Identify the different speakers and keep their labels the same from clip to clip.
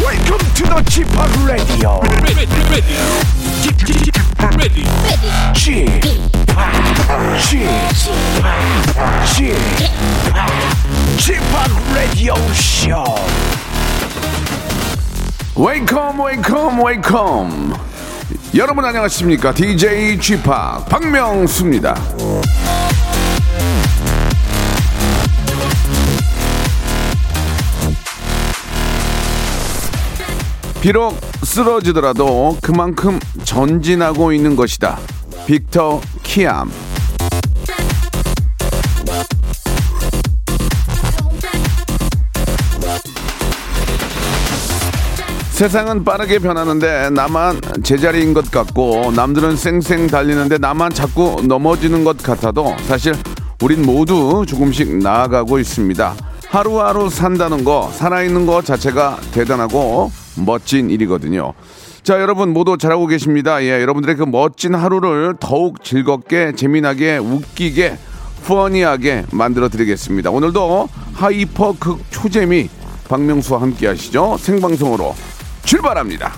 Speaker 1: Welcome to the g p o p Radio.
Speaker 2: ready, ready, ready, ready.
Speaker 1: g p o p G p o p Radio Show.
Speaker 3: 웨이컴 웨이컴 웨이컴 여러분 안녕하십니까 DJ g p o p 박명수입니다 비록 쓰러지더라도 그만큼 전진하고 있는 것이다 빅터 키암 세상은 빠르게 변하는데 나만 제자리인 것 같고 남들은 쌩쌩 달리는데 나만 자꾸 넘어지는 것 같아도 사실 우린 모두 조금씩 나아가고 있습니다. 하루하루 산다는 거, 살아있는 거 자체가 대단하고 멋진 일이거든요. 자, 여러분 모두 잘하고 계십니다. 예, 여러분들의 그 멋진 하루를 더욱 즐겁게, 재미나게, 웃기게, 퍼니하게 만들어 드리겠습니다. 오늘도 하이퍼 극 초재미 박명수와 함께 하시죠. 생방송으로 출발합니다.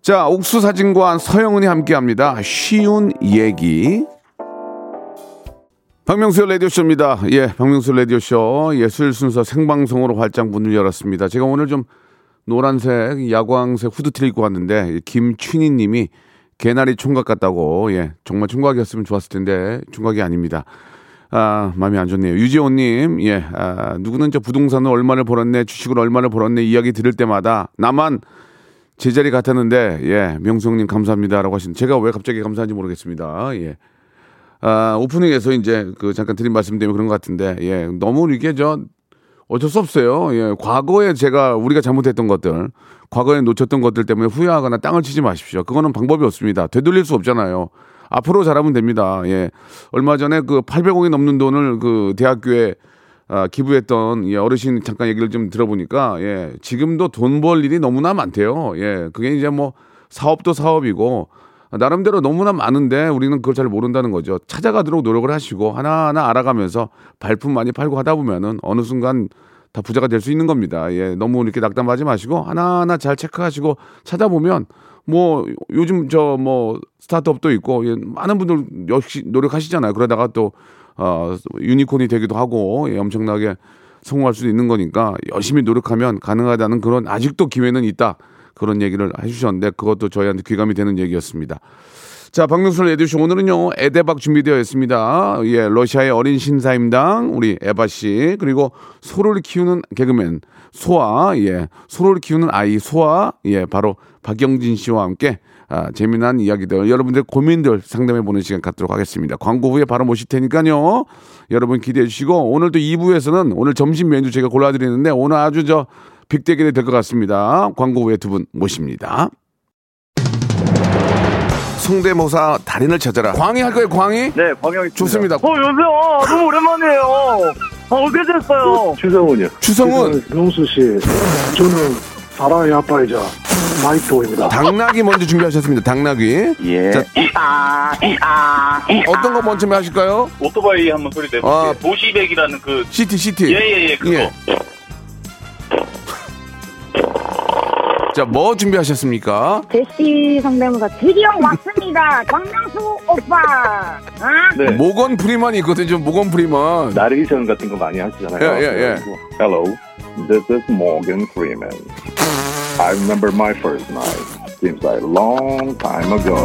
Speaker 3: 자, 옥수 사진관 서영은이 함께 합니다. 쉬운 얘기. 박명수 라디오쇼입니다. 예, 박명수 라디오쇼 예술 순서 생방송으로 활짝 문을 열었습니다. 제가 오늘 좀 노란색 야광색 후드티를 입고 왔는데 김춘희 님이 개나리 총각 같다고 예, 정말 총각이었으면 좋았을 텐데 총각이 아닙니다. 아, 마음이 안 좋네요. 유지호님, 예, 아, 누구는 저 부동산을 얼마를 벌었네, 주식을 얼마를 벌었네 이야기 들을 때마다 나만 제자리 같았는데, 예, 명수님 감사합니다라고 하신 제가 왜 갑자기 감사한지 모르겠습니다. 예. 아, 오프닝에서 이제 그 잠깐 드린 말씀 때문에 그런 것 같은데, 예, 너무 이게 저 어쩔 수 없어요. 예, 과거에 제가 우리가 잘못했던 것들, 과거에 놓쳤던 것들 때문에 후회하거나 땅을 치지 마십시오. 그거는 방법이 없습니다. 되돌릴 수 없잖아요. 앞으로 잘하면 됩니다. 예, 얼마 전에 그 800억이 넘는 돈을 그 대학교에 아, 기부했던 예, 어르신 잠깐 얘기를 좀 들어보니까 예, 지금도 돈 벌 일이 너무나 많대요. 예, 그게 이제 뭐 사업도 사업이고 나름대로 너무나 많은데 우리는 그걸 잘 모른다는 거죠. 찾아가도록 노력을 하시고 하나하나 알아가면서 발품 많이 팔고 하다 보면은 어느 순간 다 부자가 될 수 있는 겁니다. 예, 너무 이렇게 낙담하지 마시고 하나하나 잘 체크하시고 찾아보면 뭐 요즘 저 뭐 스타트업도 있고 예, 많은 분들 역시 노력하시잖아요. 그러다가 또 어, 유니콘이 되기도 하고 예, 엄청나게 성공할 수도 있는 거니까 열심히 노력하면 가능하다는 그런 아직도 기회는 있다. 그런 얘기를 해주셨는데 그것도 저희한테 귀감이 되는 얘기였습니다. 자, 박명수 에디쇼 오늘은요 에데박 준비되어 있습니다. 예, 러시아의 어린 신사임당 우리 에바 씨 그리고 소를 키우는 개그맨 소아 예, 소를 키우는 아이 소아 예, 바로 박영진 씨와 함께 아, 재미난 이야기들 여러분들 고민들 상담해 보는 시간 갖도록 하겠습니다. 광고 후에 바로 모실 테니까요. 여러분 기대해 주시고 오늘 또 2부에서는 오늘 점심 메뉴 제가 골라드리는데 오늘 아주 저 빅대결이 될 것 같습니다. 광고 후에 두 분 모십니다. 성대모사 달인을 찾아라. 광희 할 거예요, 광희?
Speaker 4: 네, 광영이
Speaker 3: 좋습니다.
Speaker 4: 어, 여보세요. 아, 너무 오랜만이에요. 아, 어떻게 됐어요?
Speaker 5: 추성훈이요.
Speaker 3: 추성훈,
Speaker 5: 명수 씨, 저는 사랑의 아빠이자 마이토입니다.
Speaker 3: 당나귀 먼저 준비하셨습니다. 당나귀.
Speaker 4: 예.
Speaker 3: 자, 어떤 거 먼저 하실까요?
Speaker 6: 오토바이 한번 소리 내볼게요.
Speaker 3: 아.
Speaker 6: 도시백이라는 그
Speaker 3: 시티, 시티.
Speaker 6: 예예예 그거.
Speaker 3: 예. 자, 뭐 준비하셨습니까?
Speaker 7: 제시 성대모사 드디어 왔습니다. 박명수 오빠. 아?
Speaker 5: 네.
Speaker 3: 모건 프리만이 있거든요. 좀 모건 프리만.
Speaker 5: 나레이션 같은 거 많이 하시잖아요.
Speaker 3: 예, 예, 예.
Speaker 5: Hello, this is Morgan Freeman. I remember my first night. Seems like a long time ago.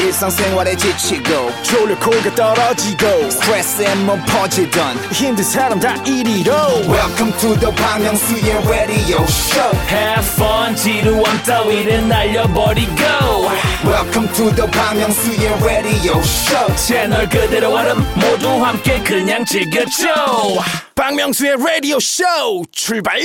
Speaker 8: 일상생활에 지치고, 졸려 코가 떨어지고, 스트레스에 몸 퍼지던, 힘든 사람 다 이리로. welcome to the Bang Myung-soo's radio show
Speaker 2: Have fun 지루한 따위를 날려버리고
Speaker 8: welcome to the Bang Myung-soo's radio show
Speaker 2: 채널 그대로 와름 모두 함께 그냥 즐겨줘
Speaker 4: 어,
Speaker 2: 박명수의 라디오 쇼 출발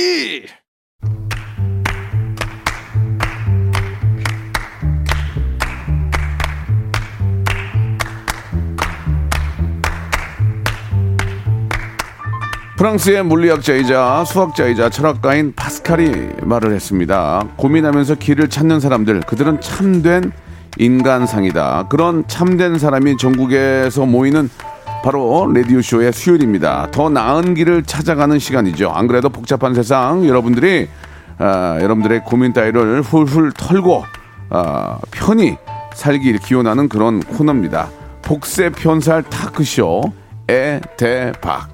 Speaker 3: 프랑스의 물리학자이자 수학자이자 철학가인 파스칼이 말을 했습니다. 고민하면서 길을 찾는 사람들, 그들은 참된 인간상이다. 그런 참된 사람이 전국에서 모이는 바로 라디오쇼의 수요일입니다. 더 나은 길을 찾아가는 시간이죠. 안 그래도 복잡한 세상, 여러분들이, 아, 여러분들의 고민 따위를 훌훌 털고, 아, 편히 살길 기원하는 그런 코너입니다. 복세 편살 타크쇼, 에, 대, 박.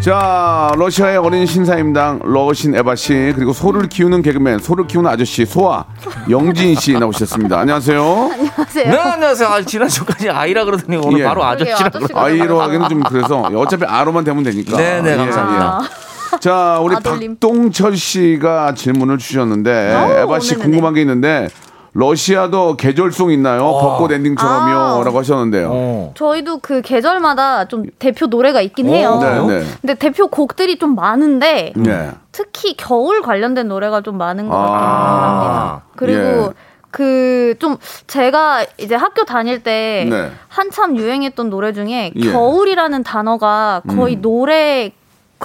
Speaker 3: 자, 러시아의 어린 신사임당 러신 에바 씨 그리고 소를 키우는 개그맨 소를 키우는 아저씨 소아 영진 씨 나오셨습니다. 안녕하세요.
Speaker 9: 안녕하세요.
Speaker 2: 네, 안녕하세요. 아, 지난 주까지 아이라 그러더니 오늘
Speaker 3: 예.
Speaker 2: 바로 아저씨라
Speaker 9: 그러게요, 아저씨가
Speaker 3: 아이로 하기는 좀 그래서 어차피 아로만 되면 되니까.
Speaker 2: 네, 네,
Speaker 3: 예,
Speaker 2: 감사합니다.
Speaker 3: 예. 자, 우리
Speaker 9: 아돌림.
Speaker 3: 박동철 씨가 질문을 주셨는데
Speaker 9: 어,
Speaker 3: 에바 씨
Speaker 9: 오늘은
Speaker 3: 궁금한 게 있는데 러시아도 계절송 있나요? 벚꽃
Speaker 9: 아.
Speaker 3: 엔딩처럼요라고 하셨는데요.
Speaker 2: 어.
Speaker 9: 저희도 그 계절마다 좀 대표 노래가 있긴 해요.
Speaker 3: 네, 네.
Speaker 9: 근데 대표 곡들이 좀 많은데
Speaker 3: 네.
Speaker 9: 특히 겨울 관련된 노래가 좀 많은 것 같아요.
Speaker 2: 아,
Speaker 9: 그리고
Speaker 3: 예.
Speaker 9: 그 좀 제가 이제 학교 다닐 때
Speaker 3: 네.
Speaker 9: 한참 유행했던 노래 중에
Speaker 3: 예. 음.
Speaker 9: 겨울이라는 단어가 거의 노래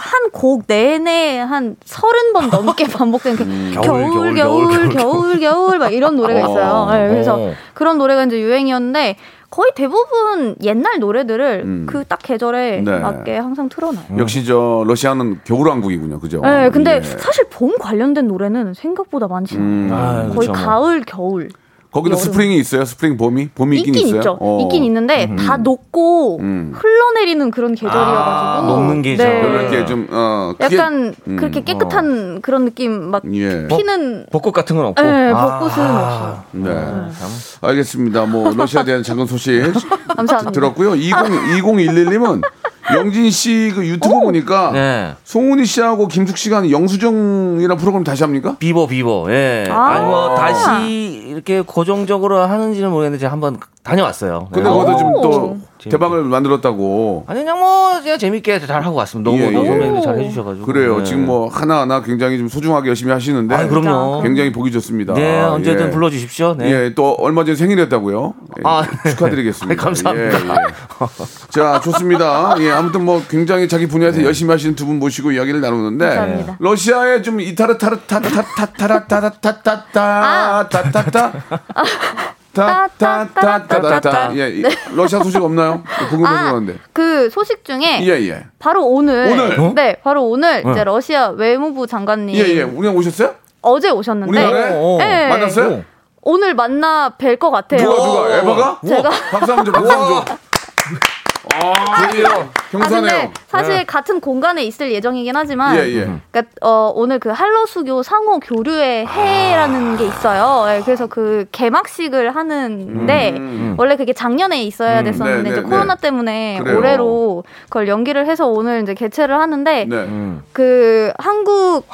Speaker 9: 한 곡 내내 한 서른 번 넘게 반복된 그
Speaker 3: 음.
Speaker 2: 겨울,
Speaker 9: 겨울, 겨울,
Speaker 2: 겨울,
Speaker 9: 겨울, 겨울, 겨울 막 이런 노래가 있어요.
Speaker 3: 어.
Speaker 9: 네, 그래서
Speaker 2: 어.
Speaker 9: 그런 노래가 이제 유행이었는데 거의 대부분 옛날 노래들을
Speaker 3: 음.
Speaker 9: 그 딱 계절에
Speaker 3: 네.
Speaker 9: 맞게 항상 틀어놔요.
Speaker 3: 역시 저 러시아는 겨울왕국이군요. 그죠?
Speaker 9: 네, 근데
Speaker 3: 예.
Speaker 9: 사실 봄 관련된 노래는 생각보다 많지 않아요.
Speaker 3: 음.
Speaker 2: 아유,
Speaker 9: 거의
Speaker 2: 그쵸, 뭐.
Speaker 9: 가을, 겨울.
Speaker 3: 거기도
Speaker 9: 여름.
Speaker 3: 스프링이 있어요? 스프링 봄이? 봄이 있긴,
Speaker 9: 있긴,
Speaker 3: 있어요?
Speaker 9: 있죠.
Speaker 3: 어.
Speaker 9: 있긴 있는데 다 녹고
Speaker 3: 음.
Speaker 9: 흘러내리는 그런
Speaker 2: 아,
Speaker 9: 계절이어가지고 네.
Speaker 2: 녹는 계절.
Speaker 3: 이렇게 좀 어, 그게-
Speaker 9: 약간
Speaker 3: 음.
Speaker 9: 그렇게 깨끗한 그런 느낌 막
Speaker 3: 예.
Speaker 9: 피는
Speaker 2: 벚꽃 같은 건
Speaker 3: 어?
Speaker 2: 없고. 아,
Speaker 9: 네,
Speaker 3: 아.
Speaker 9: 벚꽃은 없어요.
Speaker 3: 네. 알겠습니다. 뭐 러시아 대한 작은 소식
Speaker 9: 감사합니다.
Speaker 3: 들었고요. 20 2011님은 영진 씨 그 유튜브 보니까
Speaker 2: 네.
Speaker 3: 송은이 씨하고 김숙 씨가 영수증이라 프로그램 다시 합니까?
Speaker 2: 비버 비버. 예.
Speaker 9: 아.
Speaker 2: 아~ 니뭐 다시 이렇게 고정적으로 하는지는 모르겠는데 제가 한번 다녀왔어요.
Speaker 3: 근데
Speaker 2: 네.
Speaker 3: 거기서
Speaker 9: 오.
Speaker 3: 지금 또 대박을 만들었다고.
Speaker 2: 아니 그냥 뭐 제가 재밌게 잘 하고 왔습니다. 너무
Speaker 3: 예,
Speaker 2: 너무
Speaker 3: 예.
Speaker 2: 매일 잘 해주셔가지고.
Speaker 3: 그래요.
Speaker 2: 네.
Speaker 3: 지금 뭐 하나하나 굉장히 좀 소중하게 열심히 하시는데
Speaker 2: 아 그럼요.
Speaker 3: 굉장히 보기 좋습니다.
Speaker 2: 네 언제든
Speaker 3: 예.
Speaker 2: 불러주십시오. 네.
Speaker 3: 예, 또 얼마 전에 생일이었다고요. 예,
Speaker 2: 아, 네.
Speaker 3: 축하드리겠습니다.
Speaker 2: 아이, 감사합니다.
Speaker 3: 예, 예. 자, 좋습니다. 예, 아무튼 뭐 굉장히 자기 분야에서 열심히 하시는 두 분 모시고 이야기를 나누는데
Speaker 9: 감사합니다.
Speaker 3: 러시아의 좀 이타르타르타타타타타타타타타타타타타 타타타타타타 예, 이- 러시아 소식 없나요? 궁금해서
Speaker 9: 아,
Speaker 3: 그러는데.
Speaker 9: 그 소식 중에
Speaker 3: 예, 예.
Speaker 9: 바로 오늘,
Speaker 3: 오늘? 어?
Speaker 9: 네 바로 오늘 이제 러시아 외무부 장관님
Speaker 3: 예, 예. 우리랑 오셨어요?
Speaker 9: 어제 오셨는데
Speaker 3: 우리나라에?
Speaker 2: 어, 어.
Speaker 9: 예.
Speaker 3: 만났어요?
Speaker 9: 오늘 만나 뵐 것 같아요.
Speaker 3: 누가 누가 에바가?
Speaker 9: 제가-
Speaker 3: 박수 한번 줘. 박수 한번 줘. 아, 드디어
Speaker 9: 아 근데
Speaker 3: 경사네요.
Speaker 9: 사실 같은 공간에 있을 예정이긴 하지만
Speaker 3: 예, 예.
Speaker 9: 그러니까 어, 오늘 그 할러수교 상호 교류의
Speaker 3: 아.
Speaker 9: 해라는 게 있어요. 예, 그래서 그 개막식을 하는데 원래 그게 작년에 있어야 됐었는데
Speaker 3: 음, 네, 네,
Speaker 9: 이제
Speaker 3: 네.
Speaker 9: 코로나 때문에
Speaker 3: 그래요.
Speaker 9: 올해로 그걸 연기를 해서 오늘 이제 개최를 하는데
Speaker 3: 네.
Speaker 9: 그 한국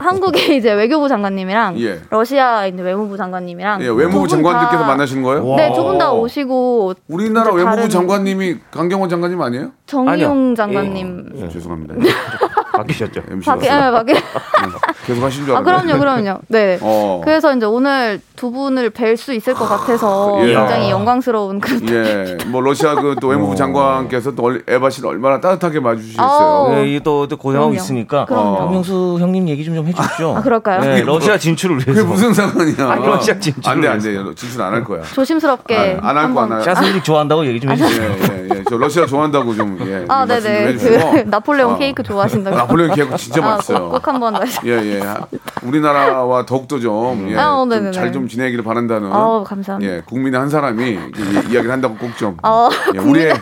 Speaker 9: 한국의 이제 외교부 장관님이랑
Speaker 3: 예.
Speaker 9: 러시아 이제 외무부 장관님이랑
Speaker 3: 예, 외무부
Speaker 9: 두분
Speaker 3: 장관들께서
Speaker 9: 다-
Speaker 3: 만나시는 거예요?
Speaker 9: 네, 두 분 다 오시고
Speaker 3: 우리나라
Speaker 9: 이제
Speaker 3: 외무부
Speaker 9: 다른-
Speaker 3: 장관님이 강경원 장관님 아니에요?
Speaker 9: 정용
Speaker 2: 아니요.
Speaker 9: 장관님
Speaker 3: 예. 죄송합니다.
Speaker 9: 네.
Speaker 2: 바뀌셨죠?
Speaker 3: MC가
Speaker 9: 밖에 예, 밖에
Speaker 3: 계속 하신 줄
Speaker 9: 아
Speaker 3: 알았는데.
Speaker 9: 그럼요, 그럼요. 네.
Speaker 3: 어.
Speaker 9: 그래서 이제 오늘 두 분을 뵐 수 있을 것 같아서
Speaker 3: 예.
Speaker 9: 굉장히 영광스러운 그런
Speaker 3: 예, 뭐 러시아 그 또 외무부 장관께서 또 얼- 에바 씨를 얼마나 따뜻하게 맞아주시겠어요.
Speaker 9: 아우.
Speaker 2: 네, 이게 또, 또 고생하고
Speaker 9: 그럼요.
Speaker 2: 있으니까
Speaker 9: 그럼요.
Speaker 2: 박명수 형님 얘기 좀 좀 해주십시오.
Speaker 9: 아, 그럴까요?
Speaker 2: 네, 러시아 진출을
Speaker 3: 어. 그게
Speaker 2: 위해서.
Speaker 3: 무슨 상관이야?
Speaker 2: 아니, 러시아 진출을
Speaker 3: 안돼 안돼 진출 안 할 거야.
Speaker 9: 조심스럽게
Speaker 3: 아, 예. 안 할 거 안
Speaker 9: 한번-
Speaker 3: 할.
Speaker 2: 샤슬릭 좋아한다고 얘기 좀 해주세요.
Speaker 3: 예, 예, 예. 저 러시아 좋아한다고 좀 예.
Speaker 9: 아,
Speaker 3: 좀 말씀 좀
Speaker 9: 네네.
Speaker 3: 해주시고.
Speaker 9: 그 나폴레옹
Speaker 3: 아,
Speaker 9: 케이크 좋아하신다고.
Speaker 3: 나폴레옹 케이크 진짜
Speaker 9: 아,
Speaker 3: 맛있어요.
Speaker 9: 꼭, 꼭 한번 말씀.
Speaker 3: 예, 예. 우리나라와 더욱더 좀, 예,
Speaker 9: 아, 어,
Speaker 3: 좀
Speaker 9: 네네네. 어,
Speaker 3: 잘 좀 지내기를 바란다는.
Speaker 9: 아우, 감사합니다.
Speaker 3: 예, 국민의 한 사람이 이- 이- 이야기를 한다고 꼭 좀.
Speaker 9: 음. 어,
Speaker 3: 예, 우리의,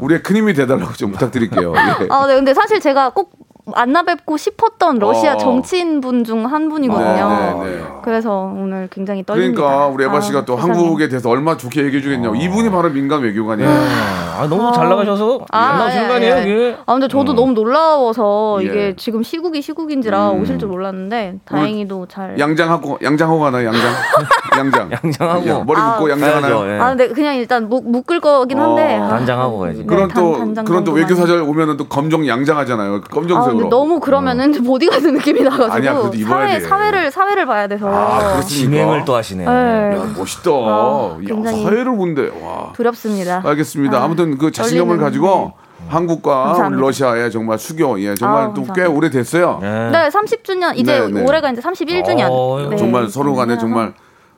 Speaker 3: 우리의 큰 힘이 되달라고 좀 부탁드릴게요. 예.
Speaker 9: 아, 네. 근데 사실 제가 꼭 만나뵙고 싶었던 러시아
Speaker 3: 어.
Speaker 9: 정치인분 중 한 분이거든요.
Speaker 3: 네, 네, 네.
Speaker 9: 그래서 오늘 굉장히 떨립니다.
Speaker 3: 그러니까 우리 에바
Speaker 9: 아,
Speaker 3: 씨가 또
Speaker 9: 세상에. 네.
Speaker 3: 한국에 대해서 얼마 좋게 얘기해
Speaker 2: 어.
Speaker 3: 주겠냐고. 이분이 바로 민간 외교관이에요.
Speaker 2: 아, 너무 잘 나가셔서 안 나오시는 거
Speaker 9: 아니,
Speaker 2: 아니에요?
Speaker 9: 아니, 아니.
Speaker 2: 이게?
Speaker 9: 아, 근데 저도 너무 놀라워서
Speaker 3: 음. 예. 음.
Speaker 9: 이게 지금 시국이 시국인지라 오실 줄 몰랐는데 다행히도 잘.
Speaker 3: 양장하고 양장호가 하나 양장. 양장.
Speaker 2: 양장하고.
Speaker 3: 예, 머리 묶고 양장 하나.
Speaker 2: 가야죠, 예.
Speaker 9: 아, 근데 그냥 일단 목 묶을 거긴 한데.
Speaker 3: 네. 어,
Speaker 9: 아,
Speaker 2: 단장하고 가야지.
Speaker 9: 네,
Speaker 3: 그런
Speaker 9: 단-
Speaker 3: 또
Speaker 9: 단장
Speaker 3: 그런 또
Speaker 9: 정도만.
Speaker 3: 외교 사절 오면은 또 검정 양장하잖아요.
Speaker 9: 아,
Speaker 3: 검정색으로. 어.
Speaker 9: 근데 너무 그러면은 보디가드 느낌이 나가지고
Speaker 3: 아니야, 그래도 입어야
Speaker 9: 사회
Speaker 3: 돼. 아,
Speaker 9: 사회를 사회를 봐야 돼서.
Speaker 3: 그렇습니까?
Speaker 2: 진행을 또 하시네.
Speaker 9: 네.
Speaker 3: 야, 멋있다.
Speaker 9: 아,
Speaker 3: 야,
Speaker 9: 굉장히-
Speaker 3: 사회를 본대. 와.
Speaker 9: 두렵습니다.
Speaker 3: 아, 알겠습니다. 아무튼 그 자신감을
Speaker 9: 떨리는데. 네.
Speaker 3: 가지고 한국과
Speaker 9: 감사합니다.
Speaker 3: 우리 러시아의 정말 수교 예 정말
Speaker 9: 아우,
Speaker 3: 또 꽤
Speaker 9: 감사합니다.
Speaker 3: 오래됐어요.
Speaker 2: 예.
Speaker 9: 네, 30주년 이제
Speaker 3: 네, 네.
Speaker 9: 올해가 이제 31주년.
Speaker 2: 어,
Speaker 9: 네.
Speaker 3: 정말 서로 간에 정말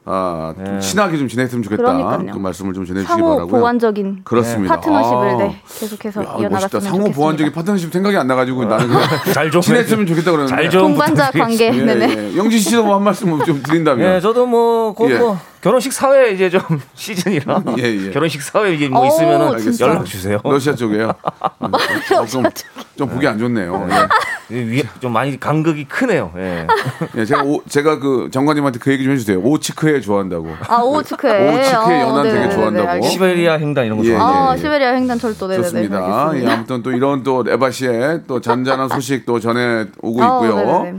Speaker 3: 아, 좀 친하게 좀 지냈으면 좋겠다.
Speaker 9: 그러니까요.
Speaker 3: 좀 말씀을 좀 전해 주시기
Speaker 9: 상호
Speaker 3: 바라고요.
Speaker 9: 보완적인 네,
Speaker 3: 그렇습니다.
Speaker 9: 파트너십을
Speaker 3: 아.
Speaker 9: 네, 계속해서
Speaker 3: 야,
Speaker 9: 이어나갔으면
Speaker 3: 멋있다.
Speaker 9: 좋겠습니다.
Speaker 3: 상호 보완적인 파트너십 생각이 안 나가지고 나는 그냥
Speaker 2: 잘좀
Speaker 3: 친했으면 좋겠다 그러는데.
Speaker 2: 아, 잘좀
Speaker 9: 동반자 관계.
Speaker 3: 예,
Speaker 9: 네네.
Speaker 3: 예. 영진 씨도 뭐한 말씀 좀
Speaker 2: 예,
Speaker 3: 드린다면.
Speaker 2: 저도 뭐, 그거
Speaker 3: 예.
Speaker 2: 뭐 결혼식 사회 이제 좀 시즌이라
Speaker 3: 예, 예.
Speaker 2: 결혼식 사회 이게 뭐
Speaker 9: 오,
Speaker 2: 있으면은
Speaker 9: 어, 진짜.
Speaker 2: 연락 주세요.
Speaker 3: 러시아 쪽이에요. 음, 어, 좀, 좀 보기 안 좋네요.
Speaker 2: 이 위에 좀 많이 간극이 크네요. 예.
Speaker 3: 예. 예, 제가 오- 제가 그 장관님한테 그 얘기 좀 해주세요. 오치크해 좋아한다고.
Speaker 9: 아, 오츠크에. 아,
Speaker 3: 오츠크의 연안 되게
Speaker 9: 네네네네,
Speaker 3: 좋아한다고.
Speaker 9: 알겠습니다.
Speaker 2: 시베리아 횡단 이런 거
Speaker 3: 어? 예,
Speaker 2: 좋아하는데.
Speaker 9: 아, 시베리아 횡단철도 네네네.
Speaker 3: 좋습니다. 예,
Speaker 9: 알겠습니다.
Speaker 3: 아무튼 또 이런 또 에바 씨의 또 잔잔한 소식 또 전해 오고
Speaker 9: 아우,
Speaker 3: 있고요.
Speaker 9: 어, 네네네.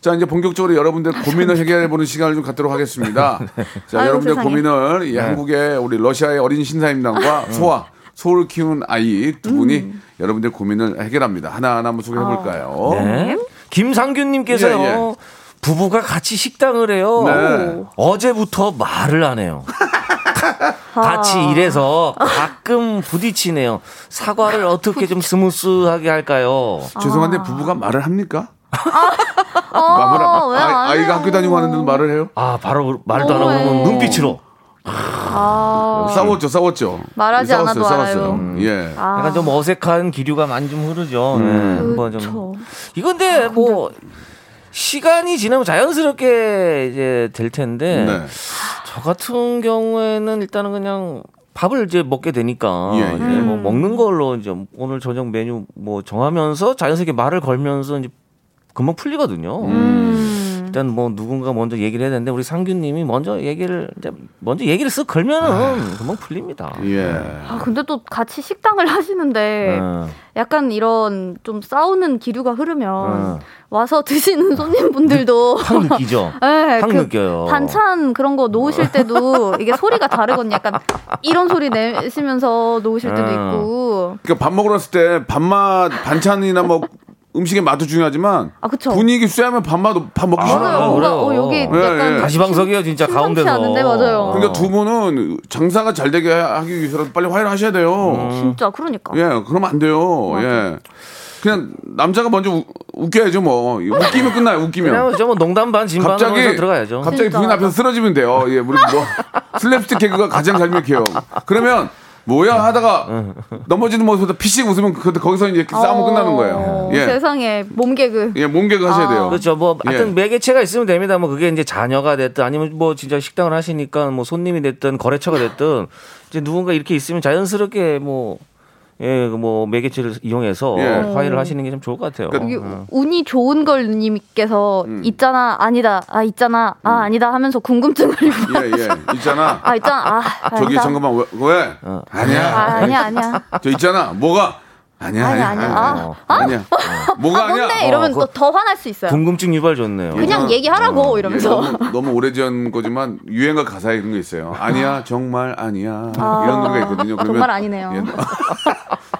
Speaker 3: 자 이제 본격적으로 여러분들 고민을 해결해 보는 시간을 좀 갖도록 하겠습니다. 자
Speaker 9: 아이고,
Speaker 3: 여러분들
Speaker 9: 세상에. 네.
Speaker 3: 고민을 이 한국의 우리 러시아의 어린
Speaker 9: 음.
Speaker 3: 신사임당과 소아 소를 키운 아이 두 분이 여러분들 고민을 해결합니다. 하나 하나 한번 소개해 볼까요?
Speaker 9: 아,
Speaker 2: 네. 김상균님께서요.
Speaker 3: 어? 예, 예.
Speaker 2: 부부가 같이 식당을 해요.
Speaker 3: 네.
Speaker 2: 어제부터 말을 안 해요. 같이 일해서 가끔 부딪히네요. 사과를 어떻게 좀 스무스하게 할까요?
Speaker 9: 아.
Speaker 3: 죄송한데 부부가 말을 합니까?
Speaker 9: 어, 왜안
Speaker 3: 아, 이가 학교 다니고 하는데도 말을 해요?
Speaker 2: 아 바로 말도 안
Speaker 9: 너무해.
Speaker 2: 하고 눈빛으로
Speaker 9: 아,
Speaker 3: 싸웠죠, 싸웠죠.
Speaker 9: 말하지
Speaker 3: 싸웠어요,
Speaker 9: 않아도
Speaker 3: 싸웠어요.
Speaker 9: 알아요.
Speaker 3: 예.
Speaker 2: 약간 좀 어색한 기류가 많이 좀 흐르죠.
Speaker 3: 음.
Speaker 2: 네, 한번 좀
Speaker 9: 그쵸.
Speaker 2: 이건데 뭐 시간이 지나면 자연스럽게 이제 될 텐데
Speaker 3: 네.
Speaker 2: 저 같은 경우에는 일단은 그냥 밥을 이제 먹게 되니까
Speaker 3: 예, 예.
Speaker 2: 이제 뭐 먹는 걸로 이제 오늘 저녁 메뉴 뭐 정하면서 자연스럽게 말을 걸면서 이제 금방 풀리거든요. 일단 뭐 누군가 먼저 얘기를 해야 되는데 우리 상규님이 먼저 얘기를 이제 먼저 얘기를 쓱 걸면은 금방 풀립니다.
Speaker 3: 아. 예.
Speaker 9: 아, 근데 또 같이 식당을 하시는데
Speaker 2: 예.
Speaker 9: 약간 이런 좀 싸우는 기류가 흐르면
Speaker 2: 음.
Speaker 9: 와서 드시는 손님분들도
Speaker 2: 확 느끼죠.
Speaker 9: 네,
Speaker 2: 확
Speaker 9: 그
Speaker 2: 느껴요. 네.
Speaker 9: 반찬 그런 거 놓으실 때도 이게 소리가 다르거든요. 약간 이런 소리 내시면서 놓으실 때도
Speaker 2: 음.
Speaker 9: 있고.
Speaker 3: 그러니까 밥 먹으러 갔을 때 밥맛 반찬이나 뭐 음식의 맛도 중요하지만
Speaker 9: 아, 그쵸.
Speaker 3: 분위기 쎄하면 밥맛 밥 먹기
Speaker 2: 아,
Speaker 9: 뭔가
Speaker 3: 싫어요.
Speaker 2: 그래요? 네,
Speaker 9: 어, 여기
Speaker 3: 예,
Speaker 9: 약간
Speaker 3: 예.
Speaker 2: 다시 방석이에요 진짜
Speaker 9: 심상치
Speaker 2: 가운데서.
Speaker 9: 않은데, 맞아요.
Speaker 3: 그러니까 두 분은 장사가 잘 되게 하기 위해서라도 빨리 화해를 하셔야 돼요.
Speaker 9: 진짜 그러니까.
Speaker 3: 예, 그러면 안 돼요. 예. 그냥 남자가 먼저 우- 웃겨야죠, 뭐. 웃기면 끝나요, 웃기면.
Speaker 2: 그냥 저뭐 농담 반 진반으로
Speaker 3: 갑자기
Speaker 2: 들어가야죠.
Speaker 3: 갑자기
Speaker 9: 진짜.
Speaker 3: 부인 앞에서 쓰러지면 돼요. 예, 우리 뭐 슬랩스틱 개그가 가장 잘 먹혀요. 그러면 뭐야 하다가 넘어지는 모습에서 피식 웃으면 그 거기서 이제 싸움
Speaker 9: 어,
Speaker 3: 끝나는 거예요. 예,
Speaker 9: 세상에 몸개그.
Speaker 3: 예, 몸개그 하셔야 돼요.
Speaker 2: 그렇죠. 뭐 하여튼
Speaker 3: 예.
Speaker 2: 매개체가 있으면 됩니다. 뭐 그게 이제 자녀가 됐든 아니면 뭐 진짜 식당을 하시니까 뭐 손님이 됐든 거래처가 됐든 이제 누군가 이렇게 있으면 자연스럽게 뭐 예, 그뭐 매개체를 이용해서
Speaker 3: 예.
Speaker 2: 화해를 하시는 게 좀 좋을 것 같아요. 어.
Speaker 9: 이게 운이 좋은 걸 님께서
Speaker 3: 음.
Speaker 9: 있잖아 아니다 아 있잖아 아 아니다 하면서 궁금증을 유발하-
Speaker 3: 예, 예, 있잖아.
Speaker 9: 아 있잖아 아
Speaker 3: 저기
Speaker 9: 아니다.
Speaker 3: 잠깐만 왜? 왜?
Speaker 9: 아
Speaker 3: 아니야.
Speaker 9: 아니야 아니야
Speaker 3: 저 있잖아. 뭐가? 아니야,
Speaker 9: 아니
Speaker 3: 아니야. 어.
Speaker 9: 아니
Speaker 3: 아니야.
Speaker 9: 아,
Speaker 3: 아니야. 뭐가
Speaker 9: 아
Speaker 3: 아, 니야
Speaker 9: 뭔데 이러면
Speaker 2: 그거-
Speaker 9: 또 더 화날 수 있어요.
Speaker 2: 궁금증 유발 좋네요. 뭐
Speaker 3: 어.
Speaker 9: 그냥 얘기하라고 이러면서.
Speaker 3: 예, 너무, 너무 오래전 거지만 유행가 가사에 이런 게 있어요. 아니야, 정말 아니야.
Speaker 9: 아,
Speaker 3: 이런 노래가 있거든요. 그러면
Speaker 9: 정말 아니네요.
Speaker 3: 예.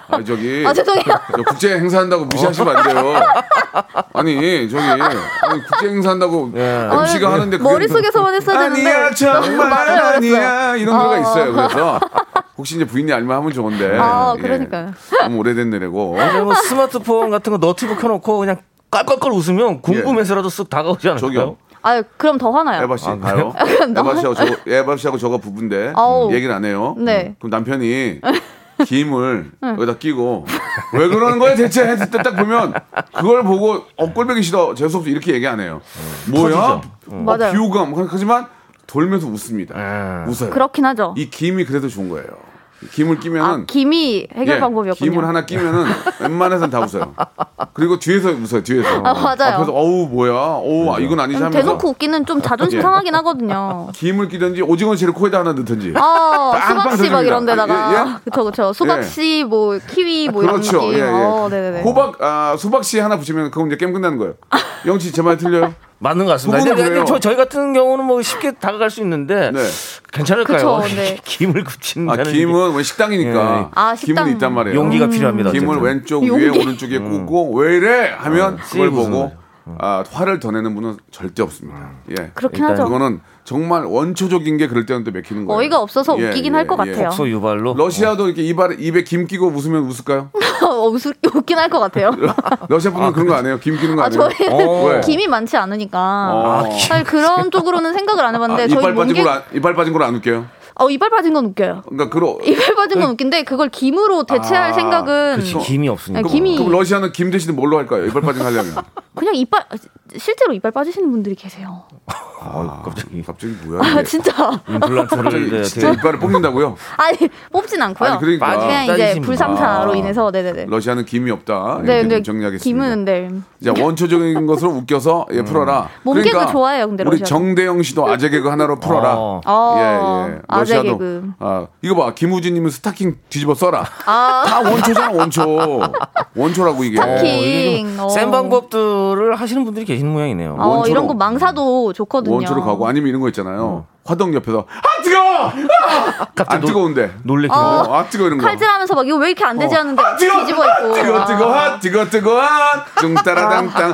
Speaker 3: 아니, 저기
Speaker 9: 아 죄송해요.
Speaker 3: 저 국제 행사한다고 무시하시면 안 돼요. 아니 저기 아니, 국제 행사한다고 MC가 하는데 그게
Speaker 9: 머릿속에서만 했어야 되는데
Speaker 3: 어. 아니야 정말
Speaker 9: 말을 안 했어요.
Speaker 3: 아니야 이런 노래가
Speaker 9: 어.
Speaker 3: 있어요. 그래서 혹시 이제 부인이 알면 하면 좋은데.
Speaker 9: 아,
Speaker 3: 예.
Speaker 9: 그러니까요.
Speaker 3: 너무 오래된 노래고.
Speaker 2: 그냥 뭐 스마트폰 같은 거 너튜브 켜놓고 그냥 깔깔깔 웃으면 궁금해서라도 쓱 다가오지 않을까요?
Speaker 3: 저기요.
Speaker 9: 아 그럼 더 화나요.
Speaker 3: 에바 씨 봐요. 에바 씨하고 저 에바 씨하고 저가 부부인데
Speaker 9: 아우.
Speaker 3: 음, 얘기를 안 해요. 음.
Speaker 9: 네.
Speaker 3: 그럼 남편이 김을 여기다 끼고 왜 그러는 거야 대체 했을 때 딱 보면 그걸 보고 어 꼴보기 싫어 재수 없어 이렇게 얘기 안 해요. 뭐야? 어,
Speaker 9: 맞아요.
Speaker 3: 비호감 하지만 돌면서 웃습니다.
Speaker 2: 음.
Speaker 3: 웃어요.
Speaker 9: 그렇긴 하죠.
Speaker 3: 이 김이 그래도 좋은 거예요. 이 김을 끼면은
Speaker 9: 아 김이 해결
Speaker 3: 예,
Speaker 9: 방법이었군요.
Speaker 3: 김을 하나 끼면은 웬만해선 다 웃어요. 그리고 뒤에서 웃어요. 뒤에서.
Speaker 9: 아, 맞아요.
Speaker 3: 앞에서 어우 뭐야? 어우
Speaker 2: 그렇죠.
Speaker 3: 아, 이건 아니지
Speaker 9: 음,
Speaker 3: 하면서
Speaker 9: 대놓고 웃기는 좀 자존심
Speaker 3: 예.
Speaker 9: 상하긴 하거든요.
Speaker 3: 김을 끼든지 오징어 채를 코에다 하나 넣든지.
Speaker 9: 아
Speaker 3: 빵빵
Speaker 9: 수박 씨막
Speaker 3: 터집니다.
Speaker 9: 이런 데다가
Speaker 3: 예, 예?
Speaker 9: 그쵸 그쵸 수박
Speaker 3: 예.
Speaker 9: 씨뭐 키위 뭐
Speaker 3: 그렇죠.
Speaker 9: 이런
Speaker 3: 예,
Speaker 9: 느낌.
Speaker 3: 예.
Speaker 9: 어, 네네네.
Speaker 3: 호박 아 수박 씨 하나 붙이면 그건 이제 게임 끝나는 거예요. 영치 제 말 틀려요?
Speaker 2: 맞는 것 같습니다.
Speaker 3: 그거는
Speaker 2: 근데, 근데
Speaker 3: 그래요.
Speaker 2: 저, 저희 같은 경우는 뭐 쉽게 다가갈 수 있는데
Speaker 3: 네.
Speaker 2: 괜찮을까요?
Speaker 9: 그쵸, 네.
Speaker 2: 김을 굳힌다는
Speaker 3: 아 김은 왜 식당이니까 뭐
Speaker 2: 예.
Speaker 9: 아, 식당.
Speaker 3: 김은
Speaker 9: 음.
Speaker 3: 있단 말이에요.
Speaker 2: 용기가 음. 어, 필요합니다.
Speaker 3: 김을
Speaker 2: 어쨌든.
Speaker 3: 왼쪽
Speaker 9: 용기.
Speaker 3: 위에 오른쪽에 꽂고 왜 이래 하면 그걸
Speaker 2: 씹 웃음. 음.
Speaker 3: 보고 아, 화를 더 내는 분은 절대 없습니다. 예.
Speaker 9: 그렇긴
Speaker 2: 일단
Speaker 9: 하죠.
Speaker 3: 그거는 정말 원초적인 게 그럴 때는 또 맥히는 거예요.
Speaker 9: 어이가 없어서
Speaker 3: 예,
Speaker 9: 웃기긴
Speaker 3: 예,
Speaker 9: 할 것
Speaker 3: 예.
Speaker 9: 같아요.
Speaker 2: 소 유발로
Speaker 3: 러시아도 이렇게 입 입에 김 끼고 웃으면 웃을까요?
Speaker 9: 웃- 웃긴 할 것 같아요.
Speaker 3: 러시아 분은 그런 거 안 해요. 김 끼는 거
Speaker 9: 아,
Speaker 3: 안 해요.
Speaker 2: 어.
Speaker 9: 저희는
Speaker 3: 왜?
Speaker 9: 김이 많지 않으니까.
Speaker 3: 어.
Speaker 2: 아,
Speaker 9: 사실 그런 쪽으로는 생각을 안
Speaker 3: 아,
Speaker 9: 해봤는데 저희
Speaker 3: 이빨 빠진
Speaker 9: 몽개
Speaker 3: 걸 안, 이빨 빠진 걸 안 웃겨요.
Speaker 9: 어, 이빨 빠진 건 웃겨요.
Speaker 3: 그러니까 그러
Speaker 9: 이빨 빠진 건 웃긴데 그걸 김으로 대체할
Speaker 3: 아,
Speaker 9: 생각은
Speaker 2: 그치, 김이 없으니까
Speaker 9: 음. 아니, 김이-
Speaker 3: 그럼 러시아는 김 대신에 뭘로 할까요? 이빨 빠진 거 하려면
Speaker 9: 그냥 이빨 실제로 이빨 빠지시는 분들이 계세요.
Speaker 2: 아, 갑자기
Speaker 3: 갑자기 뭐야?
Speaker 9: 아
Speaker 3: 이게.
Speaker 9: 진짜
Speaker 2: 임플란트를 네,
Speaker 3: 갑자기
Speaker 2: 이제
Speaker 3: 진짜
Speaker 2: 어떻게-
Speaker 3: 이빨을 뽑는다고요?
Speaker 9: 아니 뽑진 않고요.
Speaker 3: 아니 그러니까
Speaker 2: 빠지-
Speaker 9: 그냥 이제
Speaker 2: 빠지신
Speaker 9: 불상사로
Speaker 3: 아.
Speaker 9: 인해서 네네네.
Speaker 3: 러시아는 김이 없다.
Speaker 9: 네,
Speaker 3: 이렇게
Speaker 9: 근데
Speaker 3: 좀 정리하겠습니다.
Speaker 9: 김은 네.
Speaker 3: 자 원초적인 것으로 웃겨서 예 풀어라. 그러니까
Speaker 9: 몸개그 좋아해요, 근데
Speaker 3: 우리
Speaker 9: 러시아도.
Speaker 3: 정대영 씨도 아재 개그 하나로 풀어라.
Speaker 2: 어.
Speaker 9: 어,
Speaker 3: 예, 예.
Speaker 9: 아재
Speaker 3: 러시아도
Speaker 9: 개그.
Speaker 3: 아 이거 봐 김우진님은 스타킹 뒤집어 써라.
Speaker 9: 아.
Speaker 3: 다 원초잖아 원초. 원초라고 이게.
Speaker 9: 스타킹.
Speaker 2: 어, 이게 좀
Speaker 9: 어.
Speaker 2: 센 방법들을 하시는 분들이 계시는 모양이네요.
Speaker 9: 어,
Speaker 3: 원초로- 음,
Speaker 9: 이런 거 망사도 좋거든요.
Speaker 3: 원초로 가고 아니면 이런 거 있잖아요. 화덕 옆에서 아 뜨거. 안
Speaker 2: 놀-
Speaker 3: 뜨거운데.
Speaker 2: 놀래키는
Speaker 3: 어,
Speaker 2: 거.
Speaker 3: 아 뜨거 이런 거.
Speaker 9: 칼질하면서 막 이거 왜 이렇게 안 되지 하는데
Speaker 3: 아, 뜨거,
Speaker 9: 뒤집어
Speaker 3: 아,
Speaker 9: 있고.
Speaker 3: 뜨거
Speaker 9: 아.
Speaker 3: 뜨거 아 뜨거 뜨거 아 뚱따라당땅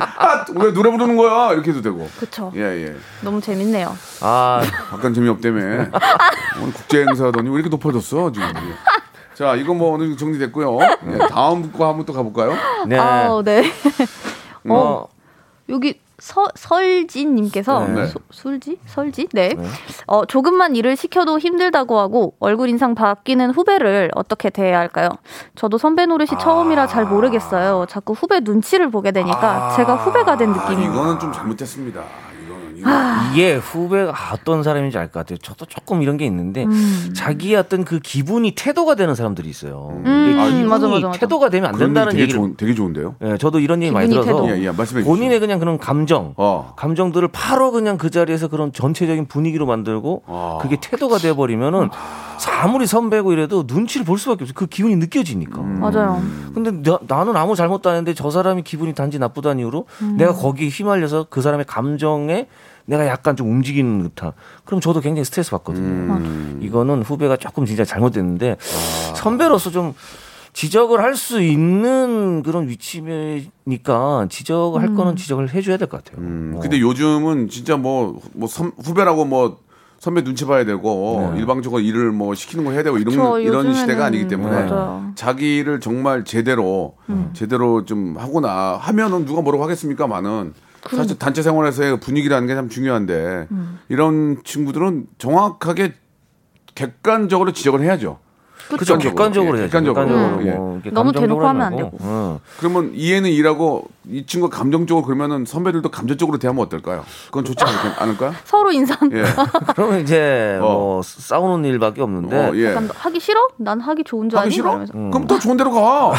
Speaker 3: 아왜 노래 부르는 거야 이렇게 해도 되고
Speaker 9: 그쵸.
Speaker 3: 예예
Speaker 9: 너무 재밌네요.
Speaker 2: 아,
Speaker 3: 약간 재미없다며 오늘 국제 행사더니 왜 이렇게 높아졌어 지금 이게. 자 이거 뭐 어느 정도 정리됐고요 예, 다음 거 한번 또 가볼까요
Speaker 2: 네.
Speaker 9: 아우 네.
Speaker 2: 어,
Speaker 9: 여기 서, 설진님께서
Speaker 3: 음. 네.
Speaker 9: 소- 술지 설지 네. 어 조금만 일을 시켜도 힘들다고 하고 얼굴 인상 바뀌는 후배를 어떻게 대해야 할까요? 저도 선배
Speaker 3: 아.
Speaker 9: 노릇이 처음이라 잘 모르겠어요. 자꾸 후배 눈치를 보게 되니까 제가 후배가 된
Speaker 3: 아,
Speaker 9: 느낌이.
Speaker 3: 이거는 좀 잘못됐습니다 이거는 이거
Speaker 9: 아.
Speaker 2: 이게 후배가 어떤 사람인지 알 것 같아요. 저도 조금 이런 게 있는데
Speaker 9: 음.
Speaker 2: 자기의 어떤 그 기분이 태도가 되는 사람들이 있어요. 근데
Speaker 9: 음,
Speaker 2: 기분이
Speaker 9: 맞아, 맞아, 맞아.
Speaker 2: 태도가 되면 안
Speaker 3: 그런 얘기
Speaker 2: 된다는
Speaker 3: 되게
Speaker 2: 얘기를
Speaker 3: 좋은 되게 좋은데요
Speaker 2: 예, 저도 이런 얘기 많이
Speaker 9: 기분이
Speaker 2: 들어서
Speaker 9: 태도.
Speaker 3: 예, 예, 말씀해 주시죠.
Speaker 2: 본인의 그냥 그런 감정,
Speaker 3: 어.
Speaker 2: 감정들을 바로 그냥 그 자리에서 그런 전체적인 분위기로 만들고
Speaker 3: 아.
Speaker 2: 그게 태도가 돼 버리면은 아무리 선배고 이래도 눈치를 볼 수밖에 없어요. 그 기운이 느껴지니까.
Speaker 9: 맞아요.
Speaker 2: 근데 나, 는 아무 잘못도 안 했는데 저 사람이 기분이 단지 나쁘다는 이유로
Speaker 9: 음.
Speaker 2: 내가 거기에 휘말려서 그 사람의 감정에 내가 약간 좀 움직이는 듯한 그럼 저도 굉장히 스트레스 받거든요.
Speaker 3: 음.
Speaker 2: 이거는 후배가 조금 진짜 잘못됐는데
Speaker 3: 아.
Speaker 2: 선배로서 좀 지적을 할 수 있는 그런 위치니까
Speaker 9: 음.
Speaker 2: 지적을 할 거는 지적을 해줘야 될 것 같아요.
Speaker 3: 음,
Speaker 2: 어.
Speaker 3: 근데 요즘은 진짜 뭐, 뭐 선- 후배라고 뭐 선배 눈치 봐야 되고 일방적으로 일을 뭐 시키는 거 해야 되고 이런
Speaker 9: 그쵸,
Speaker 3: 이런
Speaker 9: 요즘에는
Speaker 3: 시대가 아니기 때문에
Speaker 9: 맞아요. 음.
Speaker 3: 자기를 정말 제대로 제대로 좀 하거나 하면은 누가 뭐라고 하겠습니까만은
Speaker 9: 그
Speaker 3: 사실 단체 생활에서의 분위기라는 게 참 중요한데
Speaker 9: 음.
Speaker 3: 이런 친구들은 정확하게 객관적으로 지적을 해야죠.
Speaker 2: 그렇죠. 객관적으로 해야죠.
Speaker 3: 객관적으로. 음.
Speaker 2: 뭐 이렇게
Speaker 9: 너무 대놓고
Speaker 2: 감정적으로
Speaker 9: 하면 안
Speaker 2: 말고. 어.
Speaker 9: 되고.
Speaker 2: 응.
Speaker 3: 그러면 이해는 일하고 이 친구가 감정적으로 그러면은 선배들도 감정적으로 대하면 어떨까요? 그건 좋지 않을- 않을까요?
Speaker 9: 서로 인상.
Speaker 3: 예.
Speaker 2: 그러면 이제
Speaker 3: 어.
Speaker 2: 뭐 싸우는 일밖에 없는데
Speaker 3: 어, 예.
Speaker 9: 약간 하기 싫어? 난 하기 좋은 줄
Speaker 3: 하기
Speaker 9: 아니?
Speaker 3: 싫어? 음.
Speaker 9: 이러면서. 그
Speaker 2: 음.
Speaker 3: 그럼 더 좋은 데로 가.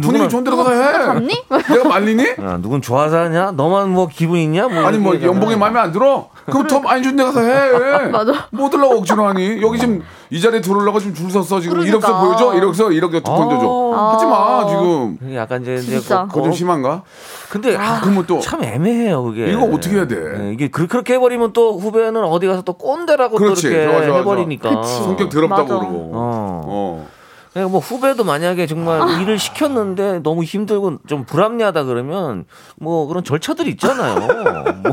Speaker 3: 분위기 좋은 데로 가서 해.
Speaker 9: 갔니?
Speaker 3: 내가 말리니?
Speaker 2: 야, 아, 누군 좋아하냐? 너만 뭐 기분 있냐? 뭐
Speaker 3: 아니 뭐
Speaker 2: 이렇게
Speaker 3: 연봉이
Speaker 2: 얘기하잖아요.
Speaker 3: 마음에 안 들어? 그럼 더 많이 준데 가서 해.
Speaker 9: 맞아.
Speaker 3: 뭐 들라고 억지로 하니? 여기 지금 이 자리에 들어오려고 지금 줄 섰어. 지금
Speaker 9: 그러니까.
Speaker 3: 이력서 보여줘? 이력서 이력서 던져줘.
Speaker 9: 아.
Speaker 3: 하지 마 지금.
Speaker 2: 약간 이제 이제
Speaker 9: 진짜.
Speaker 2: 거-
Speaker 3: 그거 좀 심한가?
Speaker 2: 근데 어? 아,
Speaker 3: 그러면 또-
Speaker 2: 참 애매해요 그게.
Speaker 3: 이거 어떻게 해야 돼?
Speaker 2: 네, 이게 그- 그렇게 해버리면 또 후배는 어디 가서 또 꼰대라고
Speaker 3: 그렇지.
Speaker 2: 또 이렇게
Speaker 3: 좋아, 좋아, 좋아.
Speaker 2: 해버리니까.
Speaker 3: 그러니까 성격 더럽다고
Speaker 9: 맞아.
Speaker 3: 그러고.
Speaker 2: 어.
Speaker 3: 어.
Speaker 2: 그러니까 뭐 후배도 만약에 정말 일을 시켰는데 너무 힘들고 좀 불합리하다 그러면 뭐 그런 절차들이 있잖아요.